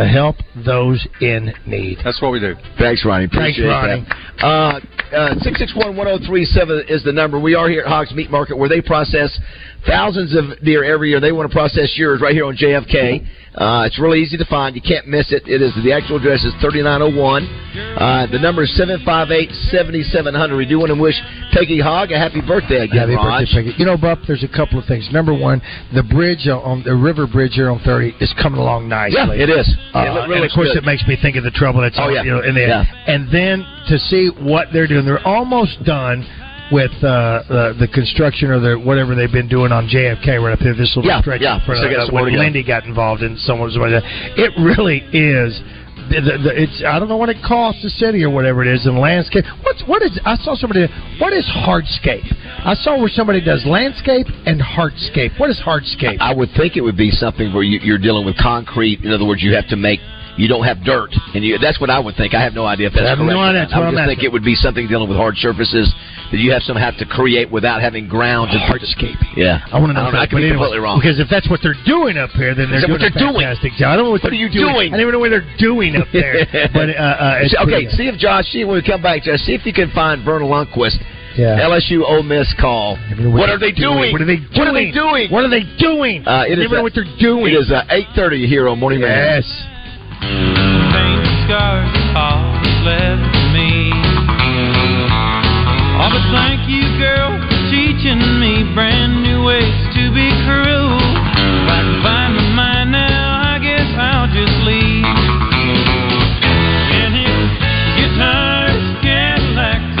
Speaker 3: to help those in need.
Speaker 8: That's what we do.
Speaker 2: Thanks, Ronnie.
Speaker 3: Thanks,
Speaker 2: Appreciate
Speaker 3: Ronnie.
Speaker 2: that. Uh, Six six one one zero three seven is the number. We are here at Hogs Meat Market, where they process thousands of deer every year. They want to process yours right here on JFK. Uh, it's really easy to find. You can't miss it. It is the actual address is thirty nine oh one. Uh, the number is seven five eight seventy seven hundred. We do want to wish Peggy Hogg a happy birthday again.
Speaker 3: Happy
Speaker 2: Raj.
Speaker 3: birthday, Peggy. You know, Bup, there's a couple of things. Number one, the bridge uh, on the river bridge here on 30 is coming along nicely.
Speaker 2: Yeah, it is.
Speaker 3: Uh,
Speaker 2: it looked really
Speaker 3: and of course,
Speaker 2: good.
Speaker 3: it makes me think of the trouble that's
Speaker 2: Oh,
Speaker 3: all,
Speaker 2: yeah.
Speaker 3: you know, in there.
Speaker 2: Yeah.
Speaker 3: And then to see what they're doing, they're almost done with uh, uh, the construction or the whatever they've been doing on JFK right up here. This little
Speaker 2: Yeah,
Speaker 3: stretch
Speaker 2: yeah.
Speaker 3: in front
Speaker 2: Still
Speaker 3: of
Speaker 2: got
Speaker 3: us
Speaker 2: some more
Speaker 3: when
Speaker 2: to go.
Speaker 3: Lindy got involved in someone. somebody that. It really is. The, the, the, it's I don't know what it costs the city or whatever it is in landscape. What's what is I saw somebody what is hardscape? I saw where somebody does landscape and hardscape. What is hardscape?
Speaker 2: I would think it would be something where you, you're dealing with concrete. In other words, you have to make. You don't have dirt, and you, that's what I would think. I have no idea if that's
Speaker 3: I have no
Speaker 2: correct. or not.
Speaker 3: idea. That's
Speaker 2: I would
Speaker 3: what I'm
Speaker 2: just think
Speaker 3: asking.
Speaker 2: it would be something dealing with hard surfaces that you have some have to create without having ground. to-
Speaker 3: hardscape.
Speaker 2: Yeah,
Speaker 3: I want to know.
Speaker 2: don't
Speaker 3: if
Speaker 2: I
Speaker 3: that-
Speaker 2: could
Speaker 3: but
Speaker 2: be
Speaker 3: anyway,
Speaker 2: completely wrong.
Speaker 3: Because if that's what they're doing up here, then
Speaker 2: Is
Speaker 3: they're
Speaker 2: that what
Speaker 3: doing a
Speaker 2: they're doing?
Speaker 3: fantastic job. I don't know what,
Speaker 2: What
Speaker 3: they're
Speaker 2: are you doing?
Speaker 3: I don't even know what they're doing up there. but uh, uh,
Speaker 2: See-
Speaker 3: it's
Speaker 2: okay,
Speaker 3: pretty-
Speaker 2: see if Josh. See when we come back, Josh. See if you can find Vernon Lundquist,
Speaker 3: Yeah.
Speaker 2: LSU Ole Miss call.
Speaker 3: I don't know
Speaker 2: What, are they
Speaker 3: they're
Speaker 2: doing?
Speaker 3: What are they
Speaker 2: What are they doing?
Speaker 3: What are they doing?
Speaker 2: Uh,
Speaker 3: I
Speaker 2: it is
Speaker 3: don't
Speaker 2: a-
Speaker 3: know what they're
Speaker 2: It
Speaker 3: doing.
Speaker 2: is uh, eight thirty here on Morning Man.
Speaker 3: yes.
Speaker 11: faint scars all left me. Oh, but thank you, girl, for teaching me brand new ways to be cruel. If I can find my mind now, I guess I'll just leave. And if guitars, Cadillacs,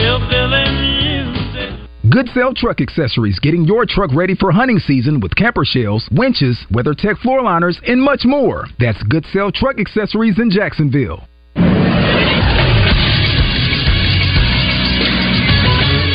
Speaker 11: hillbilly music.
Speaker 12: Good Sale Truck Accessories getting your truck ready for hunting season with camper shells, winches, WeatherTech floor liners, and much more. That's Good Sale Truck Accessories in Jacksonville.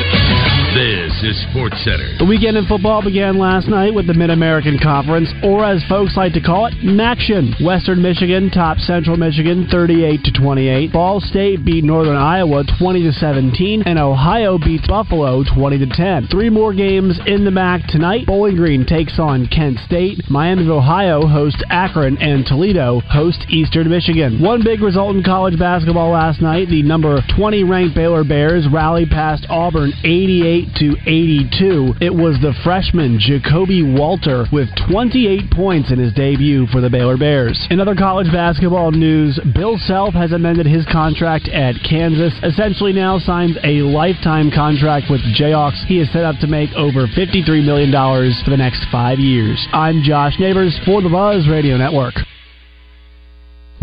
Speaker 1: This is Sports Center.
Speaker 6: The weekend in football began last night with the Mid American Conference, or as folks like to call it, MACtion. Western Michigan top Central Michigan 38 to 28. Ball State beat Northern Iowa 20 to 17, and Ohio beats Buffalo 20 to 10. Three more games in the MAC tonight. Bowling Green takes on Kent State. Miami of Ohio hosts Akron, and Toledo hosts Eastern Michigan. One big result in college basketball last night: the number 20 ranked Baylor Bears rallied past Auburn 88 to 82. It was the freshman Jacoby Walter with 28 points in his debut for the Baylor Bears. In other college basketball news, Bill Self has amended his contract at Kansas. Essentially, now signs a lifetime contract with Jayhawks. He is set up to make over 53 million dollars for the next five years. I'm Josh Neighbors for the Buzz Radio Network.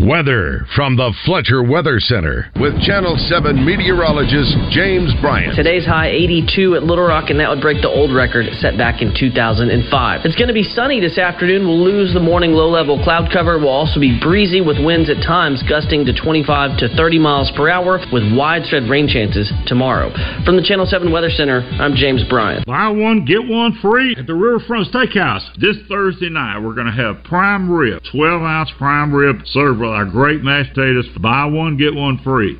Speaker 1: Weather from the Fletcher Weather Center with Channel 7 meteorologist James Bryant.
Speaker 13: Today's high 82 at Little Rock, and that would break the old record set back in 2005. It's going to be sunny this afternoon. We'll lose the morning low level cloud cover. We'll also be breezy with winds at times gusting to 25 to 30 miles per hour with widespread rain chances tomorrow. From the Channel 7 Weather Center, I'm James Bryant.
Speaker 5: Buy one, get one free at the Riverfront Steakhouse. This Thursday night, we're going to have prime rib, 12 ounce prime rib served with our great mashed potatoes. Buy one, get one free.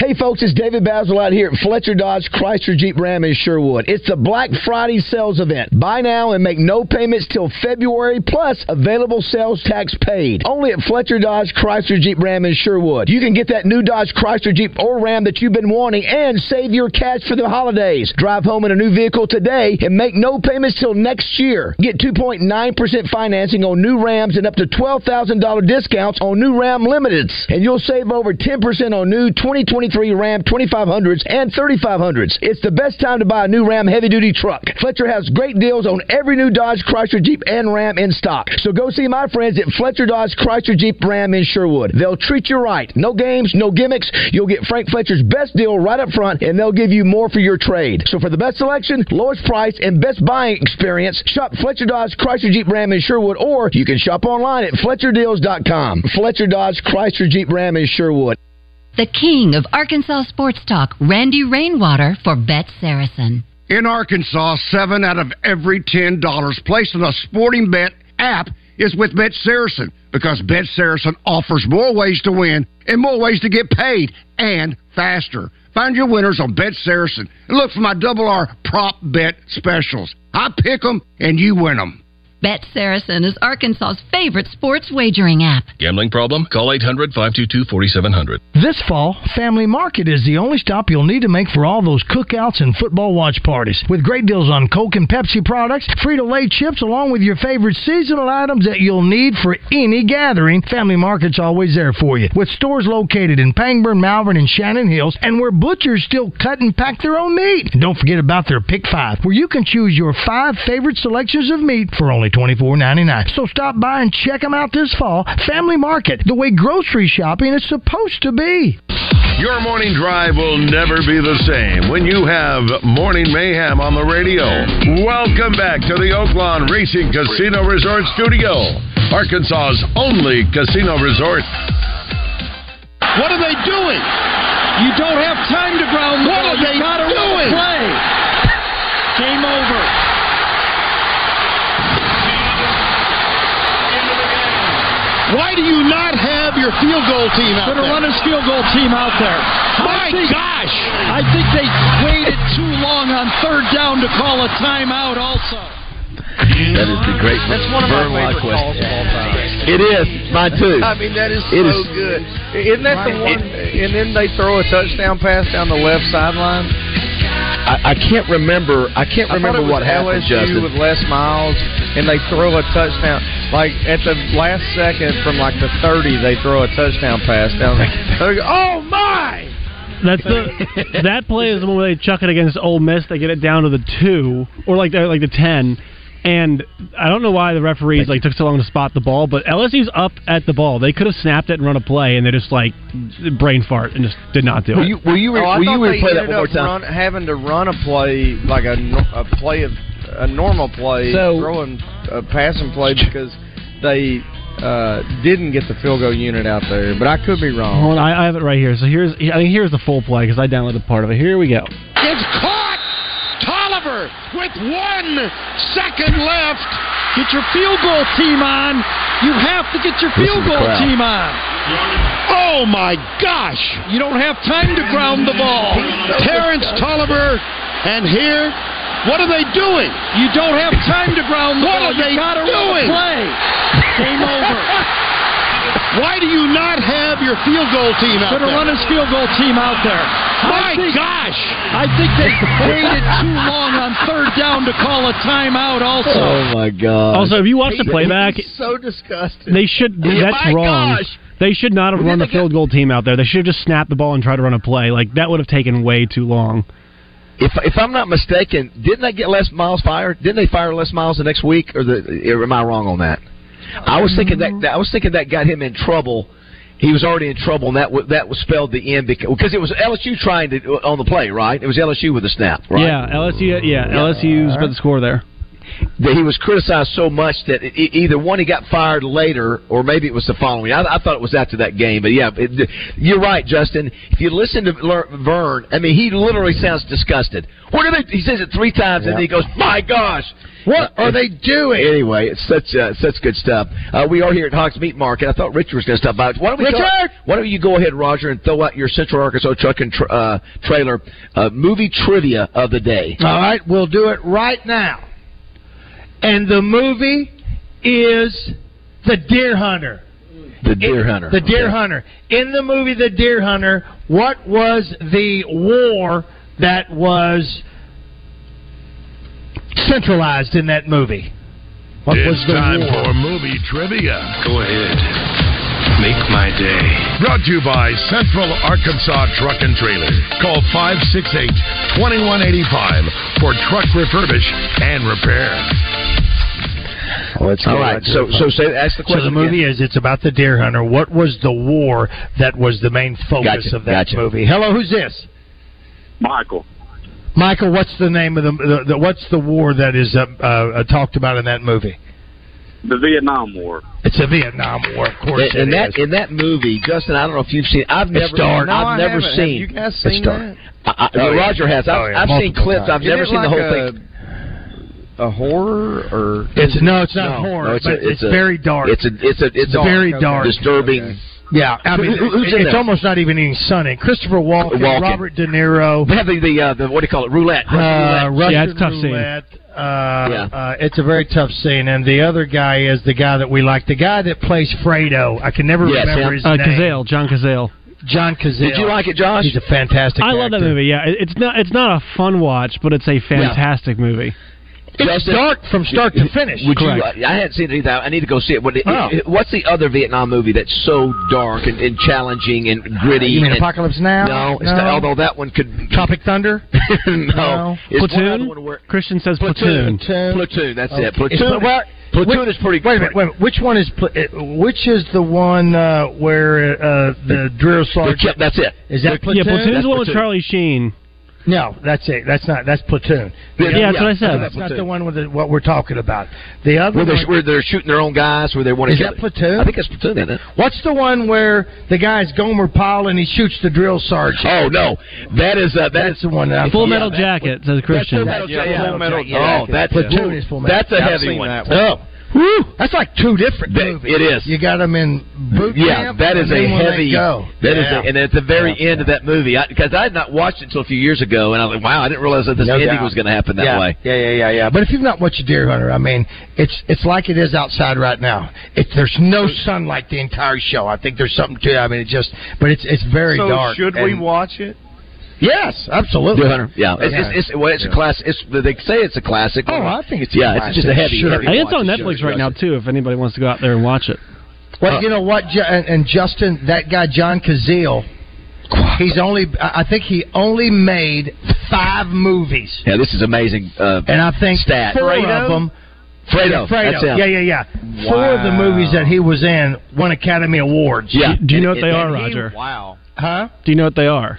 Speaker 2: Hey folks, it's David Basil out here at Fletcher Dodge Chrysler Jeep Ram in Sherwood. It's the Black Friday sales event. Buy now and make no payments till February, plus available sales tax paid. Only at Fletcher Dodge Chrysler Jeep Ram in Sherwood. You can get that new Dodge Chrysler Jeep or Ram that you've been wanting and save your cash for the holidays. Drive home in a new vehicle today and make no payments till next year. Get 2.9% financing on new Rams and up to $12,000 discounts on new Ram Limiteds. And you'll save over 10% on new 2020 23 Ram 2500s and 3500s. It's the best time to buy a new Ram heavy duty truck. Fletcher has great deals on every new Dodge, Chrysler, Jeep, and Ram in stock. So go see my friends at Fletcher Dodge, Chrysler, Jeep, Ram in Sherwood. They'll treat you right. No games, no gimmicks. You'll get Frank Fletcher's best deal right up front, and they'll give you more for your trade. So for the best selection, lowest price, and best buying experience, shop Fletcher Dodge, Chrysler, Jeep, Ram in Sherwood, or you can shop online at FletcherDeals.com. Fletcher Dodge, Chrysler, Jeep, Ram in Sherwood.
Speaker 14: The king of Arkansas sports talk, Randy Rainwater for Bet Saracen.
Speaker 15: In Arkansas, seven out of every ten dollars placed on a sporting bet app is with Bet Saracen because Bet Saracen offers more ways to win and more ways to get paid and faster. Find your winners on Bet Saracen and look for my double R prop bet specials. I pick 'em and you win 'em.
Speaker 14: Bet Saracen is Arkansas's favorite sports wagering app.
Speaker 16: Gambling problem? Call 800 522 4700.
Speaker 3: This fall, Family Market is the only stop you'll need to make for all those cookouts and football watch parties. With great deals on Coke and Pepsi products, Frito Lay chips, along with your favorite seasonal items that you'll need for any gathering, Family Market's always there for you. With stores located in Pangburn, Malvern, and Shannon Hills, and where butchers still cut and pack their own meat. And don't forget about their Pick 5, where you can choose your five favorite selections of meat for only $24.99. So stop by and check them out this fall. Family Market, the way grocery shopping is supposed to be.
Speaker 1: Your morning drive will never be the same when you have Morning Mayhem on the radio. Welcome back to the Oaklawn Racing Casino Resort Studio, Arkansas's only casino resort.
Speaker 11: What are they doing? You don't have time to ground the
Speaker 17: What
Speaker 11: ball.
Speaker 17: are
Speaker 11: You
Speaker 17: they
Speaker 11: gotta run the
Speaker 17: doing?
Speaker 11: play. Game over. Why do you not have your field goal team out
Speaker 17: Better
Speaker 11: there?
Speaker 17: run
Speaker 11: his field goal team out there. My gosh! I think they waited too long on third down to call a timeout also.
Speaker 2: That is the great
Speaker 11: That's one of my
Speaker 2: Vern
Speaker 11: favorite
Speaker 2: Lyquist.
Speaker 11: calls of all time.
Speaker 2: It is. Mine too.
Speaker 18: I mean, that is
Speaker 2: It
Speaker 18: so
Speaker 2: is-
Speaker 18: good. Isn't that the one? and then they throw a touchdown pass down the left sideline.
Speaker 2: I, I can't remember. I can't
Speaker 18: I thought
Speaker 2: remember
Speaker 18: it was
Speaker 2: what happened,
Speaker 18: LSU
Speaker 2: Justin.
Speaker 18: with Les Miles, and they throw a touchdown. Like at the last second from like the thirty, they throw a touchdown pass down. There you go. Oh my!
Speaker 6: That's the that play is the one where they chuck it against Ole Miss. They get it down to the two or like the, like the ten, and I don't know why the referees like took so long to spot the ball. But LSU's up at the ball. They could have snapped it and run a play, and they just like brain fart and just did not do it.
Speaker 18: Oh, I thought they ended up Run, having to run a play like a, nor- a play of a normal play,
Speaker 2: So-
Speaker 18: throwing a passing play because they uh, didn't get the field goal unit out there. But I could be wrong.
Speaker 6: Hold on, I, I have it right here. So here's I think here's the full play because I downloaded part of it. Here we go.
Speaker 11: It's caught! Tolliver with one second left. Get your field goal team on. You have to get your
Speaker 17: Listen
Speaker 11: field
Speaker 17: to the
Speaker 11: goal
Speaker 17: crowd.
Speaker 11: team on. Oh my gosh! You don't have time to ground the ball. Terrence Tolliver, and here, what are they doing? You don't have time to ground the
Speaker 17: What
Speaker 11: ball.
Speaker 17: are they
Speaker 11: you gotta run the
Speaker 17: doing?
Speaker 11: play. Game over. Why do you not have your field goal team out
Speaker 19: Should
Speaker 11: there?
Speaker 19: have run his field goal team out there.
Speaker 11: My
Speaker 19: gosh! I think they waited too long on third down to call a timeout. Also,
Speaker 2: Oh my god!
Speaker 6: Also, if you watch the playback,
Speaker 2: so disgusted.
Speaker 6: They should.
Speaker 2: Oh
Speaker 6: That's
Speaker 2: my
Speaker 6: wrong.
Speaker 2: gosh.
Speaker 6: They should not have run the field goal team out there. They should have just snapped the ball and tried to run a play. Like that would have taken way too long.
Speaker 2: If if I'm not mistaken, didn't they get Les Miles fired? Didn't they fire Les Miles the next week? Or, the, or am I wrong on that? I was thinking that that- I was thinking that got him in trouble. He was already in trouble, and that wa- that was spelled the end because, because it was LSU trying to on the play, right? It was LSU with the snap, right?
Speaker 6: Yeah, LSU. Yeah, LSU's by the score there.
Speaker 2: that he was criticized so much that it, e- either one he got fired later or maybe it was the following. I, I thought it was after that game, but yeah, it, you're right, Justin. If you listen to Ler- Vern, I mean, he literally sounds disgusted. What are they? He says it three times and then he goes, "My gosh, what are they doing?" Anyway, it's such uh, such good stuff. Uh, we are here at Hawks Meat Market. I thought Richard was going to stop by. Why don't we throw-
Speaker 11: Richard!
Speaker 2: why don't you go ahead, Roger, and throw out your Central Arkansas truck and tr- uh, trailer uh, movie trivia of the day?
Speaker 20: All right, we'll do it right now. And the movie is The Deer Hunter.
Speaker 2: The Deer Hunter.
Speaker 20: The Deer
Speaker 2: Okay.
Speaker 20: Hunter. In the movie The Deer Hunter, what was the war that was centralized in that movie? What
Speaker 1: it's
Speaker 20: was the
Speaker 1: time
Speaker 20: war?
Speaker 1: for movie trivia. Go ahead. Make my day. Brought to you by Central Arkansas Truck and Trailer. Call 568 2185 for truck refurbish and repair.
Speaker 3: Let's
Speaker 2: go All right, right to so- the phone. so say- ask the question
Speaker 3: So the movie is it's about the deer hunter. What was the war that was the main focus
Speaker 20: Gotcha,
Speaker 3: of that
Speaker 20: gotcha.
Speaker 3: movie? Hello, who's this?
Speaker 7: Michael.
Speaker 3: Michael, what's the name of the, the, the what's the war that is uh, uh, uh, talked about in that movie?
Speaker 7: The Vietnam War.
Speaker 3: It's a Vietnam War, of course.
Speaker 2: In, in that in that movie, Justin, I don't know if you've seen. I've never,
Speaker 3: It's dark. No, I
Speaker 2: I've never
Speaker 3: haven't. Have
Speaker 2: seen.
Speaker 3: you guys
Speaker 2: It's
Speaker 3: seen
Speaker 2: dark.
Speaker 3: that?
Speaker 2: I, I,
Speaker 21: Oh, yeah.
Speaker 2: Roger has. I've,
Speaker 21: Oh, yeah.
Speaker 2: I've seen
Speaker 21: Multiple
Speaker 2: clips. I've
Speaker 21: times.
Speaker 2: never
Speaker 21: Is it
Speaker 2: seen the
Speaker 21: like
Speaker 2: whole thing.
Speaker 21: A horror or
Speaker 3: It's no, it's not horror, but it's, very dark.
Speaker 2: It's a it's a it's a
Speaker 3: very dark,
Speaker 2: disturbing.
Speaker 3: Yeah, I
Speaker 2: Who-
Speaker 3: mean,
Speaker 2: who- who's
Speaker 3: it-
Speaker 2: in
Speaker 3: it's
Speaker 2: there?
Speaker 3: almost not even in Sunny. Christopher Walken,
Speaker 2: Walken.
Speaker 3: Robert De Niro.
Speaker 2: They have the, the, uh, the what do you call it? Roulette.
Speaker 3: Uh,
Speaker 2: Russian roulette.
Speaker 3: Russian roulette. Uh,
Speaker 2: Yeah.
Speaker 3: uh, it's a very tough scene, and the other guy is the guy that we like, the guy that plays Fredo. I can never remember his
Speaker 6: uh,
Speaker 3: name.
Speaker 6: Cazale, John Cazale.
Speaker 3: John Cazale.
Speaker 6: Did you like
Speaker 2: it, Josh?
Speaker 3: He's a fantastic.
Speaker 6: I love that
Speaker 3: actor.
Speaker 6: movie. Yeah, It- it's not it's not a fun watch, but it's a fantastic movie.
Speaker 3: It's dark from start to finish.
Speaker 2: Would you,
Speaker 6: Correct.
Speaker 2: I hadn't seen it either. I need to go see it. What,
Speaker 3: Oh.
Speaker 2: What's the other Vietnam movie that's so dark and, and challenging and gritty?
Speaker 3: You mean
Speaker 2: and-
Speaker 3: Apocalypse Now?
Speaker 2: No, it's not,
Speaker 3: No.
Speaker 2: although that one could.
Speaker 3: Tropic Thunder.
Speaker 2: no, It's one other
Speaker 6: Platoon.
Speaker 2: one where-
Speaker 6: Christian says
Speaker 2: Platoon.
Speaker 6: platoon.
Speaker 2: Platoon. That's it.
Speaker 6: Okay.
Speaker 2: Platoon.
Speaker 6: It's- well,
Speaker 2: Platoon
Speaker 6: which-
Speaker 2: is pretty.
Speaker 3: Wait a minute, wait a minute. Which one is pl- uh, which is the one uh, where uh, the drill sergeant?
Speaker 2: that's it.
Speaker 3: Is that
Speaker 6: Yeah,
Speaker 3: platoon?
Speaker 6: Platoon's the one with Charlie Sheen.
Speaker 3: No, that's it. That's not. That's platoon.
Speaker 6: Yeah, Yeah, that's yeah. what I said.
Speaker 3: That's not
Speaker 6: Platoon.
Speaker 3: the one with the, what we're talking about. The other
Speaker 2: Where
Speaker 3: one,
Speaker 2: they're, where they're shooting their own guys, where they want to
Speaker 3: Is
Speaker 2: kill
Speaker 3: that platoon?
Speaker 2: I think that's platoon, isn't it?
Speaker 3: What's the one where the guy's Gomer Pyle and he shoots the drill sergeant?
Speaker 2: Oh no, that is uh, that's
Speaker 3: the one. That I'm
Speaker 6: Full
Speaker 3: thinking
Speaker 6: Metal
Speaker 3: of.
Speaker 6: Jacket says Christian.
Speaker 2: Yeah,
Speaker 3: yeah,
Speaker 2: Full Metal
Speaker 3: yeah.
Speaker 2: Jacket. Oh, that's a-
Speaker 3: platoon is full metal.
Speaker 2: that's a
Speaker 3: I've
Speaker 2: heavy
Speaker 3: seen
Speaker 2: one.
Speaker 3: that Oh, Whew. that's like two different movies.
Speaker 2: it is.
Speaker 3: You got them in boot
Speaker 2: Yeah,
Speaker 3: camp.
Speaker 2: that is
Speaker 3: and
Speaker 2: a
Speaker 3: then when they
Speaker 2: heavy.
Speaker 3: Go.
Speaker 2: That is,
Speaker 3: Yeah.
Speaker 2: a, and at the very end of that movie, because I, had not watched it until a few years ago, and I was like, wow, I didn't realize that this
Speaker 3: No
Speaker 2: ending
Speaker 3: doubt.
Speaker 2: was going to happen that
Speaker 3: yeah.
Speaker 2: way.
Speaker 3: Yeah, yeah, yeah, yeah. But if you've not watched a deer hunter, I mean, it's it's like it is outside right now. It, there's no sunlight the entire show. I think there's something to it. I mean, it just, but it's it's very
Speaker 21: so
Speaker 3: dark.
Speaker 21: Should we
Speaker 3: and-
Speaker 21: watch it?
Speaker 3: Yes, absolutely.
Speaker 2: Deer Hunter, Yeah, it's,
Speaker 3: Okay.
Speaker 2: it's, it's, well, it's a class. It's they say it's a classic.
Speaker 3: Oh, I think it's a
Speaker 2: yeah, it's just a
Speaker 3: classic.
Speaker 2: heavy.
Speaker 3: Sure.
Speaker 6: I
Speaker 2: heavy
Speaker 6: think it's
Speaker 2: watch.
Speaker 6: on Netflix right now too. If anybody wants to go out there and watch it.
Speaker 3: Well,
Speaker 6: Uh,
Speaker 3: you know what, Ju- and, and Justin, that guy John Cazale, he's only, I I think he only made five movies.
Speaker 2: Yeah, this is amazing. Uh,
Speaker 3: and I think
Speaker 2: stat.
Speaker 3: four
Speaker 2: Fredo?
Speaker 3: of them.
Speaker 2: Fredo,
Speaker 3: Yeah, Fredo.
Speaker 2: that's him.
Speaker 3: yeah, yeah, yeah. Four of the movies that he was in won Academy Awards.
Speaker 6: Yeah. Do you know what they are, Roger?
Speaker 21: Wow.
Speaker 3: Huh?
Speaker 6: Do you know what they are?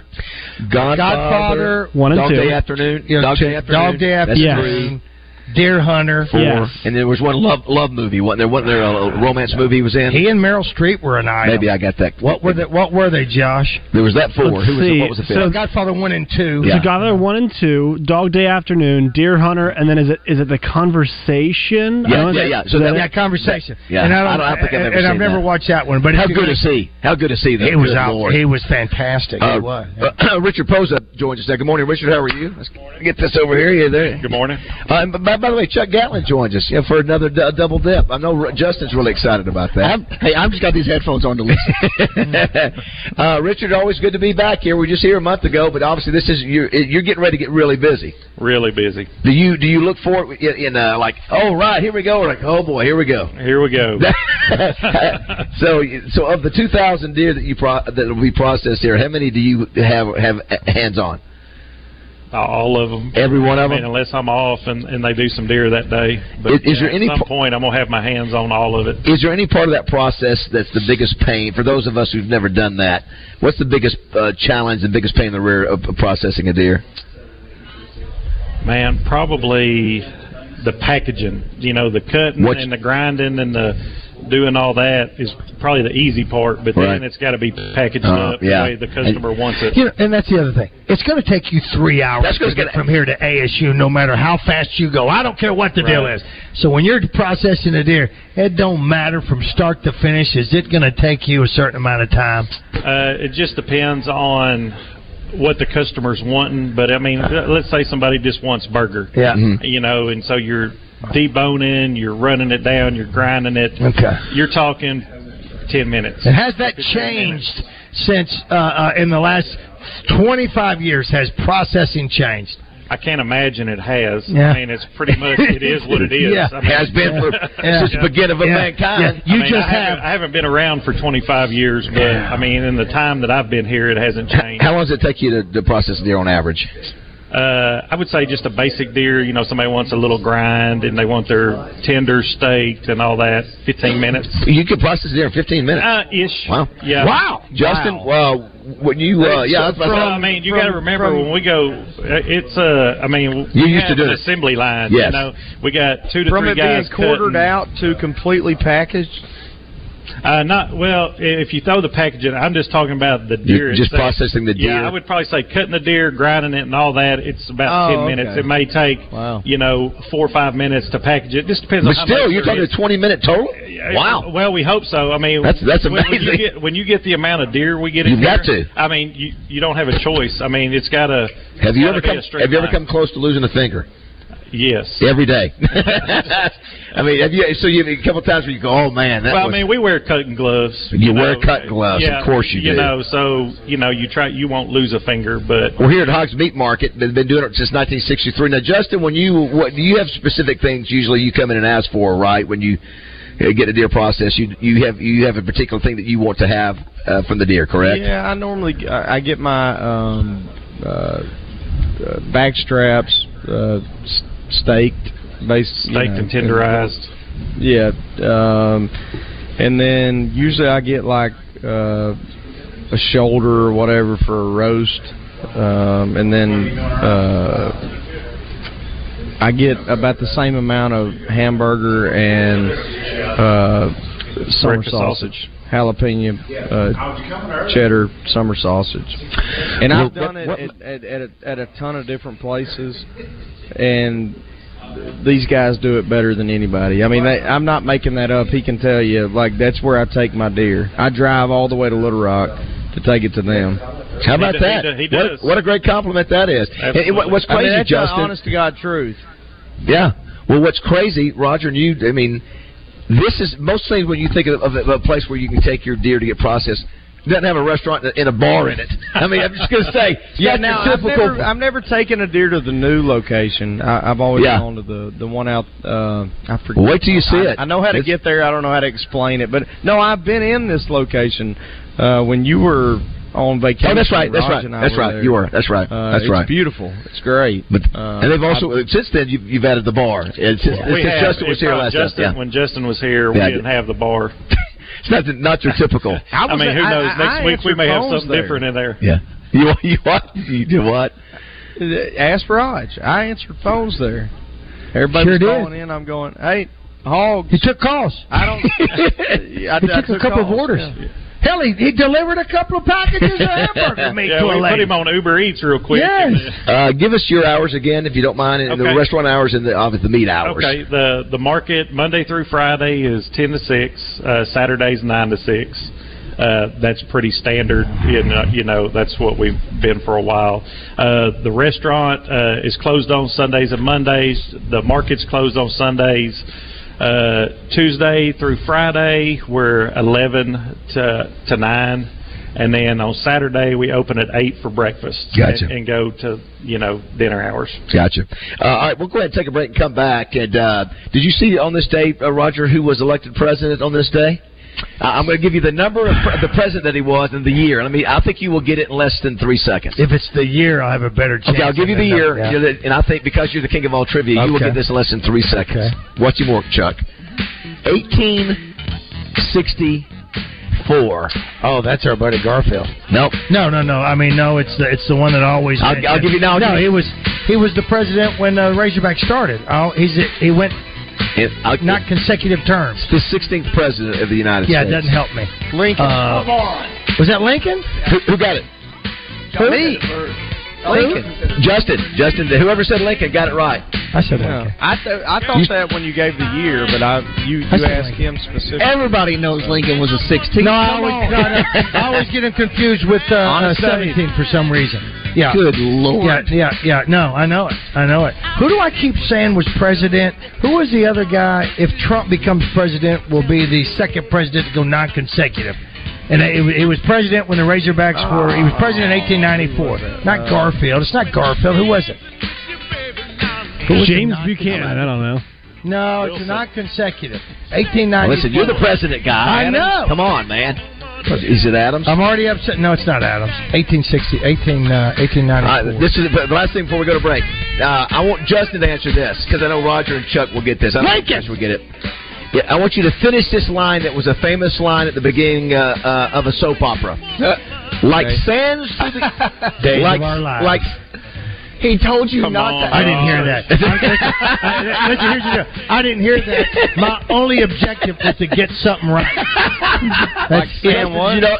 Speaker 2: Godfather,
Speaker 3: Godfather,
Speaker 6: one and
Speaker 2: Dog
Speaker 6: two.
Speaker 2: Day Afternoon.
Speaker 3: Yeah,
Speaker 2: Dog
Speaker 3: two.
Speaker 2: Day Afternoon.
Speaker 3: Dog Day
Speaker 2: That's
Speaker 3: Afternoon.
Speaker 2: three.
Speaker 3: Deer Hunter.
Speaker 2: Four. And there was one love love movie. Wasn't there? Wasn't there a romance movie he was in?
Speaker 3: He and Meryl Streep were an item.
Speaker 2: Maybe I got that.
Speaker 3: What were they? What were they, Josh?
Speaker 2: There was that 4
Speaker 6: Let's
Speaker 2: Who was the,
Speaker 6: see.
Speaker 2: what was the fifth?
Speaker 6: So
Speaker 3: Godfather one and two.
Speaker 6: So Godfather one and two, Dog Day Afternoon, Deer Hunter, and then is it is it the Conversation? I
Speaker 2: Yeah,
Speaker 6: wanna
Speaker 2: yeah,
Speaker 6: say-
Speaker 2: yeah.
Speaker 6: is
Speaker 2: So that,
Speaker 6: it?
Speaker 3: conversation.
Speaker 2: Yeah,
Speaker 3: And I don't-
Speaker 2: I, don't, I don't think I've ever
Speaker 3: and I've
Speaker 2: seen
Speaker 3: never
Speaker 2: that.
Speaker 3: watched that one, but
Speaker 2: how
Speaker 3: if you
Speaker 2: good
Speaker 3: go-
Speaker 2: to see? How good to see that?
Speaker 3: He was
Speaker 2: Good
Speaker 3: out.
Speaker 2: Lord.
Speaker 3: He was fantastic.
Speaker 2: Uh,
Speaker 3: he was.
Speaker 2: uh, Richard Posa joins us now. Good morning, Richard. How are you? Let's get this over here. Yeah, there. Good
Speaker 22: morning.
Speaker 2: Uh, and by, by the way, Chuck Gatlin joins us yeah, for another d- uh, double dip. I know R- Justin's really excited about that. hey, I've just got these headphones on to listen. uh, Richard, always good to be back here. We were just here a month ago, but obviously this is you're, you're getting ready to get really busy.
Speaker 23: Really busy.
Speaker 2: Do you do you look for it in, in uh, like oh right here we go or like oh boy here we go
Speaker 23: here we go.
Speaker 2: so you- so of the two thousand deer that you pro- that will be processed here, how many do you have have hands on?
Speaker 23: All of them.
Speaker 2: Every one of
Speaker 23: I mean,
Speaker 2: them?
Speaker 23: unless I'm off and, and they do some deer that day. But
Speaker 2: Is- is
Speaker 23: yeah,
Speaker 2: there any
Speaker 23: at some
Speaker 2: po-
Speaker 23: point I'm gonna have my hands on all of it.
Speaker 2: Is there any part of that process that's the biggest pain for those of us who've never done that? What's the biggest uh, challenge, the biggest pain in the rear of of processing a deer?
Speaker 23: Man, probably the packaging. You know, the cutting
Speaker 2: What-
Speaker 23: and the grinding and the doing all that is probably the easy part. But
Speaker 2: Right.
Speaker 23: then it's got to be packaged
Speaker 2: Uh,
Speaker 23: up
Speaker 2: yeah.
Speaker 23: the way the customer wants it.
Speaker 3: You know, and that's the other thing. It's going to take you three hours
Speaker 23: That's
Speaker 3: to
Speaker 23: what's
Speaker 3: get
Speaker 23: gonna-
Speaker 3: from here to ASU, no matter how fast you go. I don't care what the deal
Speaker 23: Right.
Speaker 3: is. So when you're processing a deer, it don't matter from start to finish. Is it going to take you a certain amount of time?
Speaker 23: Uh, it just depends on what the customer's wanting. But I mean, let's say somebody just wants burger.
Speaker 3: Yeah. Mhm.
Speaker 23: You know, and so you're deboning, you're running it down, you're grinding it.
Speaker 3: Okay.
Speaker 23: You're talking ten minutes.
Speaker 3: And has that changed since uh, uh, in the last 25 years? Has processing changed?
Speaker 23: I can't imagine it has.
Speaker 3: Yeah.
Speaker 23: I mean, it's pretty much it is what it is.
Speaker 3: Yeah.
Speaker 23: I mean-
Speaker 3: Has been for- Yeah. since the beginning of Yeah. mankind.
Speaker 23: I
Speaker 3: Yeah. You
Speaker 23: mean,
Speaker 3: just
Speaker 23: I haven't,
Speaker 3: have-
Speaker 23: I haven't been around for 25 years, but I mean, in the time that I've been here, it hasn't changed.
Speaker 2: How long does it take you to, to process a deer on average?
Speaker 23: Uh, I would say just a basic deer. You know, somebody wants a little grind and they want their tender steak and all that. 15 minutes.
Speaker 2: You could process a deer in 15 minutes.
Speaker 23: Uh, ish.
Speaker 2: Wow.
Speaker 23: Yeah.
Speaker 2: Wow. Justin, well, when you, uh, yeah, that's
Speaker 23: Well, I mean, you got to remember when we go, uh, it's uh, I mean,
Speaker 2: You
Speaker 23: we
Speaker 2: used to
Speaker 23: have
Speaker 2: do
Speaker 23: an
Speaker 2: it.
Speaker 23: assembly line. You
Speaker 2: Yes.
Speaker 23: know, we got two to
Speaker 18: From
Speaker 23: three
Speaker 18: it being
Speaker 23: guys
Speaker 18: quartered
Speaker 23: cutting.
Speaker 18: out to completely packaged.
Speaker 23: Uh, not well. If you throw the package in, I'm just talking about the deer.
Speaker 2: You're just
Speaker 23: itself.
Speaker 2: processing the deer.
Speaker 23: Yeah, I would probably say cutting the deer, grinding it, and all that. It's about
Speaker 2: Oh,
Speaker 23: ten minutes.
Speaker 2: okay.
Speaker 23: It may take you know four or five minutes to package it. Just depends
Speaker 2: But
Speaker 23: on. how
Speaker 2: still,
Speaker 23: much
Speaker 2: you're
Speaker 23: there
Speaker 2: talking
Speaker 23: is.
Speaker 2: a 20 minute total.
Speaker 23: Yeah,
Speaker 2: Wow.
Speaker 23: Well, we hope so. I mean,
Speaker 2: That's- that's
Speaker 23: when- When
Speaker 2: amazing.
Speaker 23: you, get, when you get the amount of deer we get, in
Speaker 2: You've got
Speaker 23: here,
Speaker 2: to.
Speaker 23: I mean, you you don't have a choice. I mean, it's got to.
Speaker 2: Have you ever come? Have you ever come close to losing a finger?
Speaker 23: Yes.
Speaker 2: Every day. I mean, have you? So you a couple times where you go, oh man, that
Speaker 23: well,
Speaker 2: was.
Speaker 23: I mean, we wear cutting gloves.
Speaker 2: You wear cutting gloves, of course you
Speaker 23: You
Speaker 2: do.
Speaker 23: know, so you know, you try, you won't lose a finger, but
Speaker 2: we're here at Hogs Meat Market. They've been doing it since 1963. Now, Justin, when you what do you have specific things usually you come in and ask for, right? When you uh, get a deer process, you you have you have a particular thing that you want to have uh, from the deer, correct?
Speaker 18: Yeah, I normally I I get my um, uh, uh, back straps uh, s- staked, based
Speaker 23: Staked and tenderized.
Speaker 18: yeah, um, and then usually I get like uh, a shoulder or whatever for a roast, um, and then uh, I get about the same amount of hamburger and uh, summer
Speaker 23: Breakfast sausage.
Speaker 18: sausage, jalapeno, uh, cheddar summer sausage, and I've done it at, at, at, a, at a ton of different places, and these guys do it better than anybody. I mean, they, I'm not making that up. He can tell you, like that's where I take my deer. I drive all the way to Little Rock to take it to them.
Speaker 2: How about that? What, what a great compliment that is. And it- what- what's
Speaker 18: I mean,
Speaker 2: crazy,
Speaker 18: that's the
Speaker 2: Justin?
Speaker 18: honest to God truth.
Speaker 2: Yeah. Well, what's crazy, Roger, and you, I mean, this is most things when you think of, of, a, of a place where you can take your deer to get processed. Doesn't have a restaurant and a bar in it. I mean, I'm just going to say,
Speaker 18: yeah.
Speaker 2: that's
Speaker 18: Now
Speaker 2: the
Speaker 18: I've
Speaker 2: typical.
Speaker 18: never, I've never taken a deer to the new location. I, I've always
Speaker 2: Yeah.
Speaker 18: gone to the the one out. Uh, I forget.
Speaker 2: Wait till you see
Speaker 18: I-
Speaker 2: it.
Speaker 18: I know how to
Speaker 2: It's-
Speaker 18: get there. I don't know how to explain it, but no, I've been in this location uh, when you were on vacation.
Speaker 2: Oh, that's right. That's
Speaker 18: Raj
Speaker 2: right.
Speaker 18: and I
Speaker 2: That's
Speaker 18: were
Speaker 2: right.
Speaker 18: there.
Speaker 2: You are. That's right.
Speaker 18: Uh,
Speaker 2: that's
Speaker 18: it's
Speaker 2: right.
Speaker 18: beautiful. It's great.
Speaker 2: But
Speaker 18: Uh,
Speaker 2: and they've also
Speaker 18: I-
Speaker 2: since then you've, you've added the bar. And since,
Speaker 23: we
Speaker 2: since
Speaker 23: have,
Speaker 2: Justin was
Speaker 23: it's
Speaker 2: here
Speaker 23: not
Speaker 2: last
Speaker 23: Justin,
Speaker 2: time, yeah.
Speaker 23: When Justin was here,
Speaker 2: Yeah, I
Speaker 23: we didn't have the bar.
Speaker 2: it's not not your typical.
Speaker 23: I, mean, who knows? Next week we may have something different in there.
Speaker 2: Yeah. You you what? You do what?
Speaker 18: Uh, Ask Raj. I answered phones there. Everybody
Speaker 2: Sure
Speaker 18: was
Speaker 2: did.
Speaker 18: calling in. I'm going, hey, Hogs. He
Speaker 3: took calls.
Speaker 18: I don't. I,
Speaker 3: He
Speaker 18: I
Speaker 3: took a couple of
Speaker 18: calls,
Speaker 3: orders.
Speaker 18: yeah.
Speaker 3: Hell, he, he delivered a couple of packages of hamburger meat
Speaker 23: yeah,
Speaker 3: to a
Speaker 23: we put
Speaker 3: lady.
Speaker 23: him on Uber Eats real quick.
Speaker 2: Uh, give us your hours again, if you don't mind, and the
Speaker 23: Okay.
Speaker 2: restaurant hours and the obviously the meat hours.
Speaker 23: Okay, the the market Monday through Friday is ten to six. Uh, Saturdays nine to six. uh, that's pretty standard. You know, you know, that's what we've been for a while. Uh, the restaurant uh, is closed on Sundays and Mondays. The market's closed on Sundays. Uh, Tuesday through Friday, we're 11 to, to 9. And then on Saturday, we open at 8 for breakfast
Speaker 2: Gotcha.
Speaker 23: and, and go to, you know, dinner hours.
Speaker 2: Gotcha. Uh, all right, we'll go ahead and take a break and come back. And uh, did you see on this day, uh, Roger, who was elected president on this day? Uh, I'm going to give you the number of pre- the president that he was and the year. Let me. I think you will get it in less than three seconds.
Speaker 3: If it's the year, I'll have a better chance.
Speaker 2: Okay, I'll give you the
Speaker 3: than
Speaker 2: year,
Speaker 3: that.
Speaker 2: You're the- and I think because you're the king of all trivia, you will
Speaker 3: Okay.
Speaker 2: get this in less than three seconds. What's your work, Chuck? 1864.
Speaker 3: Oh, that's our buddy Garfield.
Speaker 2: Nope.
Speaker 3: No, no, no. I mean, no. It's the it's the one that always.
Speaker 2: I'll-
Speaker 3: mentioned.
Speaker 2: I'll give you- no, I'll
Speaker 3: No,
Speaker 2: give you-
Speaker 3: he was he was the president when uh, Razorback started. Oh, he's he went
Speaker 2: It- I'll-
Speaker 3: not consecutive terms.
Speaker 2: the 16th president of the United
Speaker 3: Yeah, it
Speaker 2: States.
Speaker 3: doesn't help me.
Speaker 2: Lincoln.
Speaker 3: Uh,
Speaker 2: on.
Speaker 3: was that Lincoln?
Speaker 2: Who, who got it?
Speaker 3: Who?
Speaker 2: Lincoln. Justin. Justin. Whoever said Lincoln got it right.
Speaker 3: I said
Speaker 2: Lincoln.
Speaker 18: I, th- I thought
Speaker 2: You-
Speaker 18: that when you gave the year, but I you, you
Speaker 2: That's
Speaker 18: asked him specifically.
Speaker 2: Everybody knows Lincoln was a 16.
Speaker 3: No, I always, no, no, I always get him confused with uh, uh,
Speaker 18: Honest
Speaker 2: Dave.
Speaker 3: 17 for some reason. Yeah.
Speaker 2: Good Lord.
Speaker 3: Yeah, yeah, yeah. No, I know it. I know it. Who do I keep saying was president? Who was the other guy? If Trump becomes president, will be the second president to go non-consecutive. And it, it was president when the Razorbacks were. He was president in 1894.
Speaker 2: Uh,
Speaker 3: Not Garfield. It's not Garfield. Who was it?
Speaker 6: James Buchanan. I don't know.
Speaker 3: No, it's not consecutive. 1894.
Speaker 2: Listen, you're the president guy.
Speaker 3: I
Speaker 2: Adams.
Speaker 3: know.
Speaker 2: Come on, man. Is it Adams?
Speaker 3: I'm already upset. No, it's not Adams. 1860, 18,
Speaker 2: All
Speaker 3: uh,
Speaker 2: right,
Speaker 3: 1894.
Speaker 2: this is the the last thing before we go to break. Uh, I want Justin to answer this because I know Roger and Chuck will get this. I don't think Josh will get it. Yeah, I want you to finish this line that was a famous line at the beginning uh, uh, of a soap opera. like
Speaker 18: okay.
Speaker 2: sands through the
Speaker 18: Days
Speaker 2: like,
Speaker 18: of our lives.
Speaker 2: like he told you not to.
Speaker 3: I didn't hear that. I, listen, here's the deal. I didn't hear that. My only objective was to get something right.
Speaker 2: like
Speaker 3: That's-
Speaker 2: sands, you know,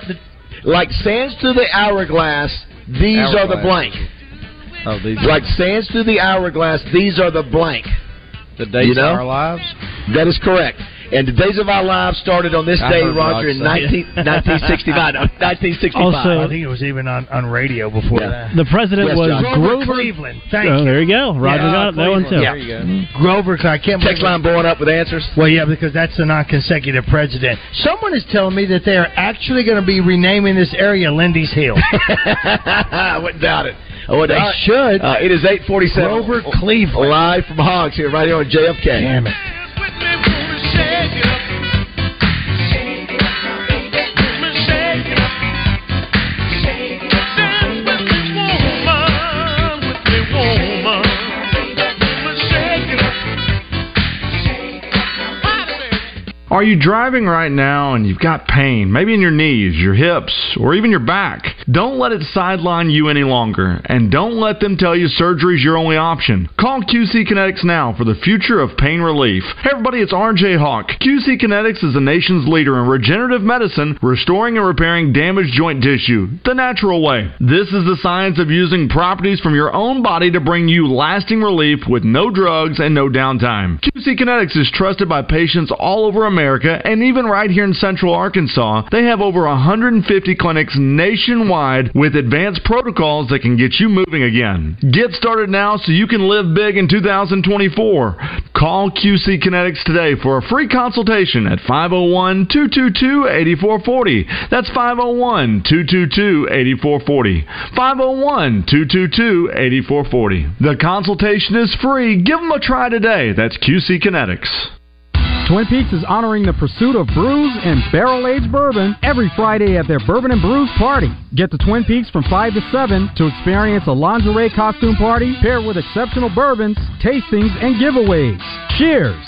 Speaker 2: like sands through the hourglass. These are the
Speaker 18: Hourglass.
Speaker 2: blank.
Speaker 18: Oh, these
Speaker 2: Like sands through the hourglass. These are the blank.
Speaker 18: the days
Speaker 2: you know?
Speaker 18: of our lives.
Speaker 2: That is correct. And the days of our lives started on this
Speaker 18: I
Speaker 2: day,
Speaker 18: heard
Speaker 2: Roger, in
Speaker 18: Rod say
Speaker 2: 19,
Speaker 18: it.
Speaker 2: 1965. No, 1965.
Speaker 3: I think it was even on, on radio before that.
Speaker 6: The president
Speaker 2: Yes,
Speaker 6: was
Speaker 2: John.
Speaker 6: Grover,
Speaker 3: Cleveland. Thank
Speaker 6: oh,
Speaker 3: you.
Speaker 6: There you go. Roger
Speaker 3: Yeah.
Speaker 6: got it. that one too.
Speaker 3: Yeah. Grover, I can't
Speaker 2: Text line blowing up with answers.
Speaker 3: Well, yeah, because that's the non-consecutive president. Someone is telling me that they are actually going to be renaming this area Lindy's Hill.
Speaker 2: I wouldn't doubt it. I wouldn't
Speaker 3: They
Speaker 2: doubt it.
Speaker 3: should.
Speaker 2: Uh, it is 847.
Speaker 3: Grover
Speaker 2: Cleveland. Live from Hogs here, right here on JFK. Damn
Speaker 3: it.
Speaker 21: Are you driving right now and you've got pain, maybe in your knees, your hips, or even your back? Don't let it sideline you any longer, and don't let them tell you surgery is your only option. Call QC Kinetics now for the future of pain relief. Hey everybody, it's RJ Hawk. QC Kinetics is the nation's leader in regenerative medicine, restoring and repairing damaged joint tissue the natural way. This is the science of using properties from your own body to bring you lasting relief with no drugs and no downtime. QC Kinetics is trusted by patients all over America and even right here in Central Arkansas. They have over 150 clinics nationwide with advanced protocols that can get you moving again. Get started now so you can live big in 2024. Call QC Kinetics today for a free consultation at 501 222 8440. oh. That's 501 222 8440. 501 222 8440. oh. The consultation is free. Give them a try today. That's QC Kinetics.
Speaker 11: Twin Peaks is honoring the pursuit of brews and barrel aged bourbon every Friday at their Bourbon and Brews party. Get to Twin Peaks from 5 to 7 to experience a lingerie costume party paired with exceptional bourbons, tastings, and giveaways. Cheers!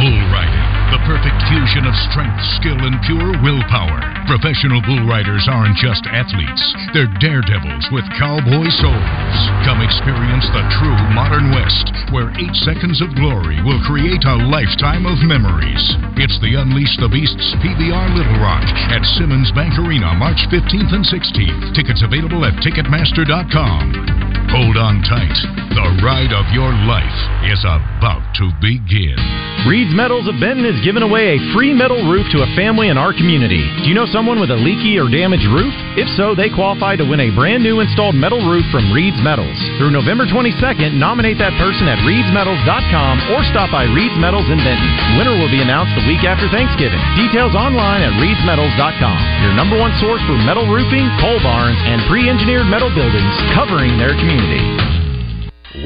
Speaker 24: Bull riding, the perfect fusion of strength, skill, and pure willpower. Professional bull riders aren't just athletes, they're daredevils with cowboy souls. Come experience the true modern West, where eight seconds of glory will create a lifetime of memories. It's the Unleash the Beasts PBR Little Rock at Simmons Bank Arena, March 15th and 16th. Tickets available at Ticketmaster.com. Hold on tight. The ride of your life is about to begin.
Speaker 25: Reed's Metals of Benton is giving away a free metal roof to a family in our community. Do you know someone with a leaky or damaged roof? If so, they qualify to win a brand new installed metal roof from Reed's Metals. Through November 22nd, nominate that person at reedsmetals.com or stop by Reed's Metals in Benton. Winner will be announced the week after Thanksgiving. Details online at reedsmetals.com. Your number one source for metal roofing, pole barns, and pre-engineered metal buildings covering their community.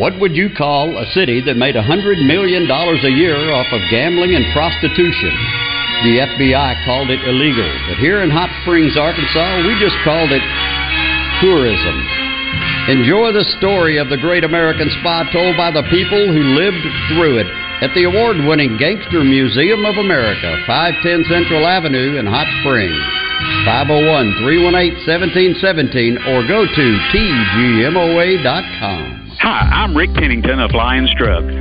Speaker 26: What would you call a city that made $100 million a year off of gambling and prostitution? The FBI called it illegal, but here in Hot Springs, Arkansas, we just called it tourism. Enjoy the story of the great American spa told by the people who lived through it at the award winning Gangster Museum of America, 510 Central Avenue in Hot Springs. 501 318 1717 or go to tgmoa.com.
Speaker 27: Hi, I'm Rick Pennington of Lions Drug.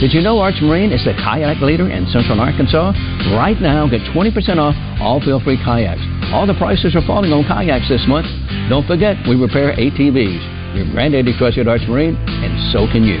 Speaker 28: Did you know Arch Marine is the kayak leader in Central Arkansas? Right now, get 20% off all feel-free kayaks. All the prices are falling on kayaks this month. Don't forget, we repair ATVs. Your granddaddy trusted Arch Marine, and so can you.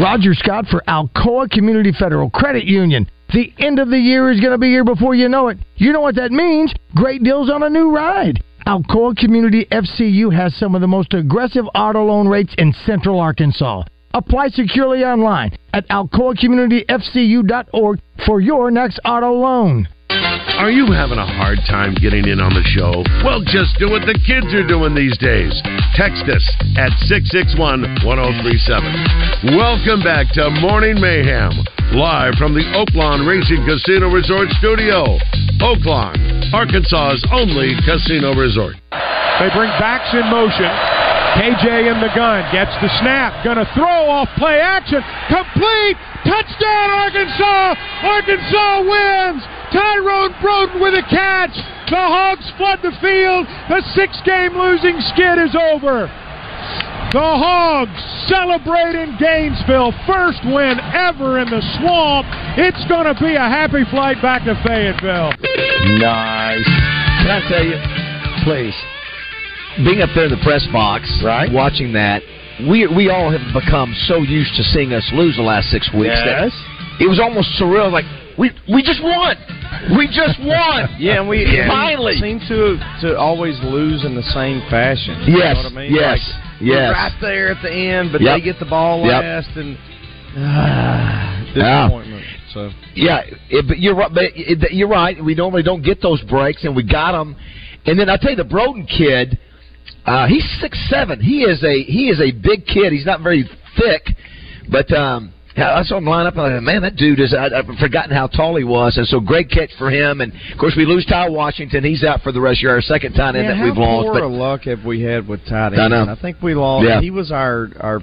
Speaker 3: Roger Scott for Alcoa Community Federal Credit Union. The end of the year is going to be here before you know it. You know what that means? Great deals on a new ride. Alcoa Community FCU has some of the most aggressive auto loan rates in Central Arkansas. Apply securely online at alcoacommunityfcu.org for your next auto loan.
Speaker 1: Are you having a hard time getting in on the show? Well, just do what the kids are doing these days. Text us at 661 1037. Welcome back to Morning Mayhem, live from the Oaklawn Racing Casino Resort Studio. Oaklawn, Arkansas's only casino resort.
Speaker 11: They bring backs in motion. KJ in the gun gets the snap, gonna throw off play action, complete touchdown Arkansas! Arkansas wins. Tyrone Broden with a catch. The Hogs flood the field. The six-game losing skid is over. The Hogs celebrate in Gainesville. First win ever in the swamp. It's going to be a happy flight back to Fayetteville.
Speaker 2: Nice. Can I tell you, please? Being up there in the press box, right? Watching that, we we all have become so used to seeing us lose the last six weeks. that
Speaker 18: Yes.
Speaker 2: It was almost surreal. Like we we just won. We just won.
Speaker 18: Yeah, and we and we
Speaker 2: finally.
Speaker 18: seem to to always lose in the same fashion. You
Speaker 2: Yes,
Speaker 18: know what I mean?
Speaker 2: yes,
Speaker 18: Like,
Speaker 2: yes.
Speaker 18: We're right there at the end, but
Speaker 2: Yep.
Speaker 18: they get the ball
Speaker 2: Yep.
Speaker 18: last, and ah, disappointment. So
Speaker 2: Yeah, it, but you're right. But it, it- you're right. We normally don't get those breaks, and we got them. And then I tell you, the Broden kid, uh, he's six seven. He is a he is a big kid. He's not very thick, but um, yeah, I saw him line up. And I thought, man, that dude is. I, I've forgotten how tall he was, and so great catch for him. And of course, we lose Ty Washington. He's out for the rest of the year. Our second tight end
Speaker 18: yeah,
Speaker 2: that
Speaker 18: how
Speaker 2: we've lost.
Speaker 18: poor
Speaker 2: But
Speaker 18: a luck have we had with tight
Speaker 2: I
Speaker 18: ends?
Speaker 2: know.
Speaker 18: think we lost.
Speaker 2: Yeah.
Speaker 18: He was our our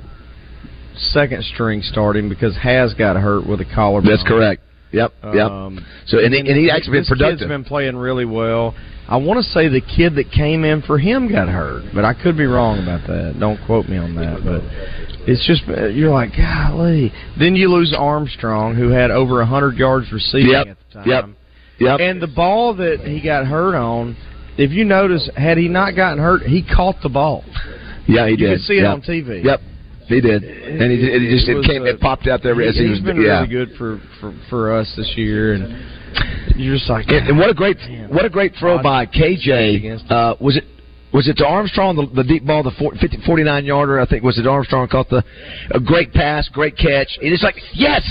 Speaker 18: second string starting because Has got hurt with a collarbone.
Speaker 2: That's correct. Yep. Yep.
Speaker 18: Um,
Speaker 2: so and, he- and he actually been
Speaker 18: this
Speaker 2: productive.
Speaker 18: Kid's been playing really well. I want to say the kid that came in for him got hurt, but I could be wrong about that. Don't quote me on that. But it's just uh, you're like, golly. Then you lose Armstrong, who had over hundred yards receiving
Speaker 2: Yep.
Speaker 18: at the time.
Speaker 2: Yep. Yep.
Speaker 18: And the ball that he got hurt on, if you notice, had he not gotten hurt, he caught the ball.
Speaker 2: Yeah, he
Speaker 18: You
Speaker 2: did.
Speaker 18: could see it
Speaker 2: Yep.
Speaker 18: on TV.
Speaker 2: Yep, he did, and he, and he just it
Speaker 18: was
Speaker 2: came, it popped out there as he,
Speaker 18: He-
Speaker 2: was.
Speaker 18: he's been
Speaker 2: yeah,
Speaker 18: really good for, for for us this year, and you're just like,
Speaker 2: and, and what a great what a great throw by KJ. Uh, was it was it to Armstrong the, the deep ball the 40, 50, 49 yarder I think was it Armstrong caught the a great pass great catch and it's like yes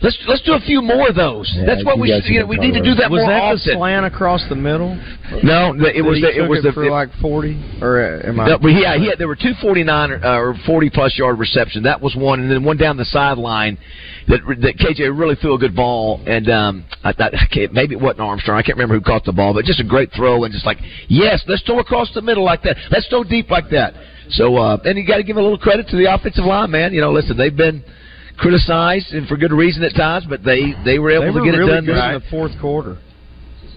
Speaker 2: let's let's do a few more of those that's what we should, you know, we need to do that
Speaker 18: was
Speaker 2: more
Speaker 18: that
Speaker 2: often
Speaker 18: the slant across the middle?
Speaker 2: No, the- it
Speaker 18: That
Speaker 2: was
Speaker 18: he
Speaker 2: the- it
Speaker 18: took
Speaker 2: was the-
Speaker 18: for
Speaker 2: it-
Speaker 18: like forty, or uh, am I?
Speaker 2: No, but yeah, he had, there were two forty nine or, uh, or forty plus yard reception. That was one, and then one down the sideline that that KJ really threw a good ball, and um, I, I, I can't, maybe it wasn't Armstrong. I can't remember who caught the ball, but just a great throw and just like yes, let's throw across the middle like that. Let's throw deep like that. So uh, and you got to give a little credit to the offensive line, man. You know, listen, they've been criticized and for good reason at times, but they they were able
Speaker 18: they
Speaker 2: to
Speaker 18: were
Speaker 2: get
Speaker 18: really
Speaker 2: it done
Speaker 18: good
Speaker 2: right.
Speaker 18: in the fourth quarter.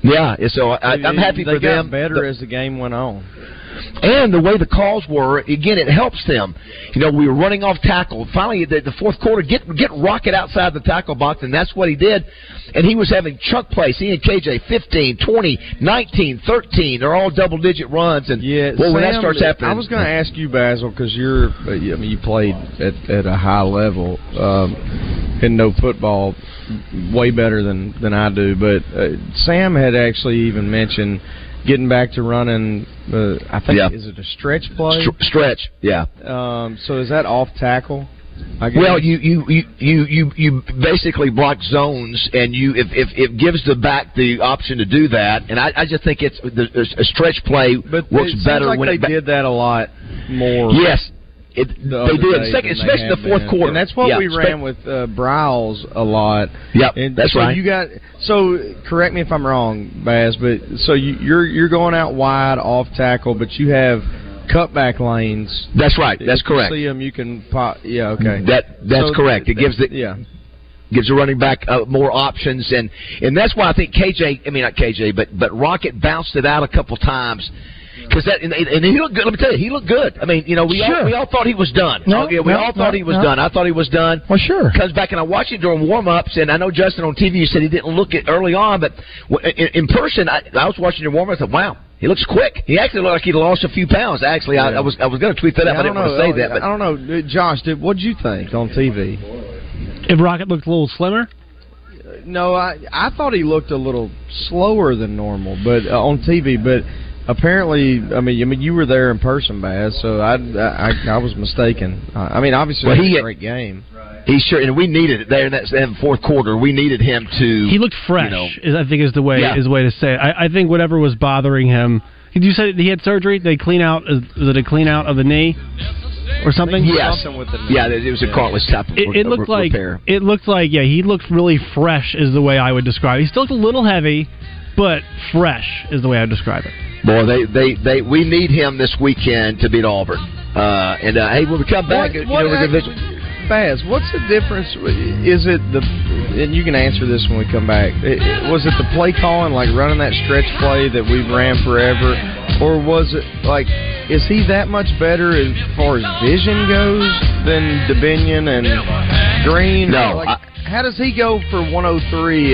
Speaker 2: Yeah, so I, I'm happy
Speaker 18: they
Speaker 2: for
Speaker 18: got
Speaker 2: them.
Speaker 18: Better
Speaker 2: The-
Speaker 18: as the game went on.
Speaker 2: and the way the calls were, again, it helps them. You know, we were running off tackle. Finally, the, the fourth quarter, get get rocket outside the tackle box, and that's what he did. And he was having chunk plays. He and KJ, 15, 20, 19, 13. They're all double digit runs. And yeah, well, when that
Speaker 18: Sam,
Speaker 2: starts happening,
Speaker 18: I was going to ask you, Basil, because you're, I mean, you played at, at a high level um, and know football way better than, than I do. But uh, Sam had actually even mentioned getting back to running, uh, I think,
Speaker 2: Yeah.
Speaker 18: is it a stretch play?
Speaker 2: Str- stretch, yeah.
Speaker 18: Um, so is that off tackle? I guess?
Speaker 2: Well, you you you you you you basically block zones, and you if if it gives the back the option to do that, and I, I just think it's the, a stretch play works
Speaker 18: it seems
Speaker 2: better
Speaker 18: like
Speaker 2: when
Speaker 18: they
Speaker 2: it ba-
Speaker 18: did that a lot more.
Speaker 2: Yes, it, they
Speaker 18: other
Speaker 2: did,
Speaker 18: day
Speaker 2: second,
Speaker 18: than they
Speaker 2: especially
Speaker 18: have
Speaker 2: the fourth
Speaker 18: been.
Speaker 2: quarter.
Speaker 18: And that's what
Speaker 2: Yeah,
Speaker 18: we
Speaker 2: spe-
Speaker 18: ran with uh, Browse a lot.
Speaker 2: Yep,
Speaker 18: and
Speaker 2: that's
Speaker 18: so
Speaker 2: right.
Speaker 18: You got so correct me if I'm wrong, Baz, but so you, you're you're going out wide off tackle, but you have cutback lanes.
Speaker 2: That's right. That's
Speaker 18: if
Speaker 2: correct.
Speaker 18: You see them, you can pop. Yeah, okay.
Speaker 2: That that's
Speaker 18: So
Speaker 2: correct. It
Speaker 18: that-
Speaker 2: gives the
Speaker 18: yeah.
Speaker 2: gives the running back uh, more options, and and that's why I think KJ. I mean not KJ, but but Rocket bounced it out a couple times. Because that and, and he looked good. Let me tell you, he looked good. I mean, you know, we
Speaker 3: Sure.
Speaker 2: all we all thought he was done.
Speaker 3: No,
Speaker 2: Oh, yeah, we
Speaker 3: no,
Speaker 2: all thought
Speaker 3: no,
Speaker 2: he was
Speaker 3: no.
Speaker 2: done. I thought he was done.
Speaker 3: Well, sure.
Speaker 2: Comes back and I watched it during warm ups, and I know Justin on TV said he didn't look it early on, but w- in, in person, I, I was watching your warm ups. I said, "Wow, he looks quick. He actually looked like he lost a few pounds." Actually, I, I was I was going to tweet that
Speaker 18: Yeah,
Speaker 2: out, but I didn't
Speaker 18: don't
Speaker 2: want to
Speaker 18: know.
Speaker 2: say
Speaker 18: Oh,
Speaker 2: that. But
Speaker 18: I don't know, Uh, Josh. Did, what'd you think on TV?
Speaker 6: If Rocket looked a little slimmer,
Speaker 18: Uh, No, I I thought he looked a little slower than normal, but uh, on TV. But apparently, I mean, I mean, you were there in person, Baz. So I I, I was mistaken. I I mean, obviously,
Speaker 2: Well,
Speaker 18: it was
Speaker 2: he-
Speaker 18: a great game.
Speaker 2: He sure, and we needed it there in that, that fourth quarter. We needed him to.
Speaker 6: he looked fresh. is, I think is the way
Speaker 2: Yeah.
Speaker 6: is the way to say. It. I, I think whatever was bothering him. You said he had surgery. They clean out. Is is it a clean out of the knee or something?
Speaker 2: Yes. yeah, it was a cartless type. Of
Speaker 6: It, it
Speaker 2: re-
Speaker 6: looked
Speaker 2: re-
Speaker 6: like
Speaker 2: repair.
Speaker 6: it looked like yeah. He looked really fresh is the way I would describe. it. He still looked a little heavy, but fresh is the way I would describe it.
Speaker 2: Boy, they, they, they we need him this weekend to beat Auburn. Uh, and uh, hey, when we come back,
Speaker 18: What-
Speaker 2: you
Speaker 18: what
Speaker 2: know, we're gonna
Speaker 18: actually- Baz, what's the difference? Is it the and you can answer this when we come back. It, was it the play calling, like running that stretch play that we ran forever, or was it like is he that much better as far as vision goes than DeBinion and Green?
Speaker 2: No,
Speaker 18: Like, how does he go for 103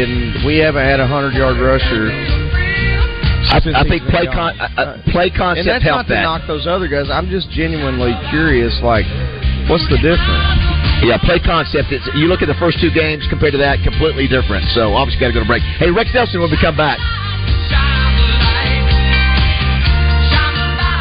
Speaker 18: and we haven't had a hundred yard rusher?
Speaker 2: visit.
Speaker 18: since he's
Speaker 2: I, I think
Speaker 18: been
Speaker 2: play
Speaker 18: gone?
Speaker 2: con, uh, uh, play
Speaker 18: and
Speaker 2: concept
Speaker 18: that's not
Speaker 2: helped
Speaker 18: to
Speaker 2: that.
Speaker 18: knock those other guys. I'm just genuinely curious. Like, what's the difference?
Speaker 2: Yeah, play concept. It's, you look at the first two games compared to that, completely different. So obviously, got to go to break. Hey, Rex Nelson, when we come back.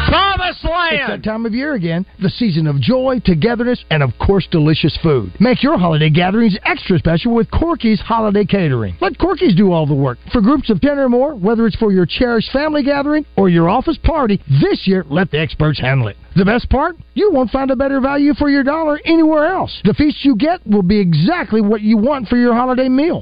Speaker 29: Promised Land! It's that time of year again. The season of joy, togetherness, and of course, delicious food. Make your holiday gatherings extra special with Corky's Holiday Catering. Let Corky's do all the work. For groups of 10 or more, whether it's for your cherished family gathering or your office party, this year, let the experts handle it. The best part? You won't find a better value for your dollar anywhere else. The feast you get will be exactly what you want for your holiday meal.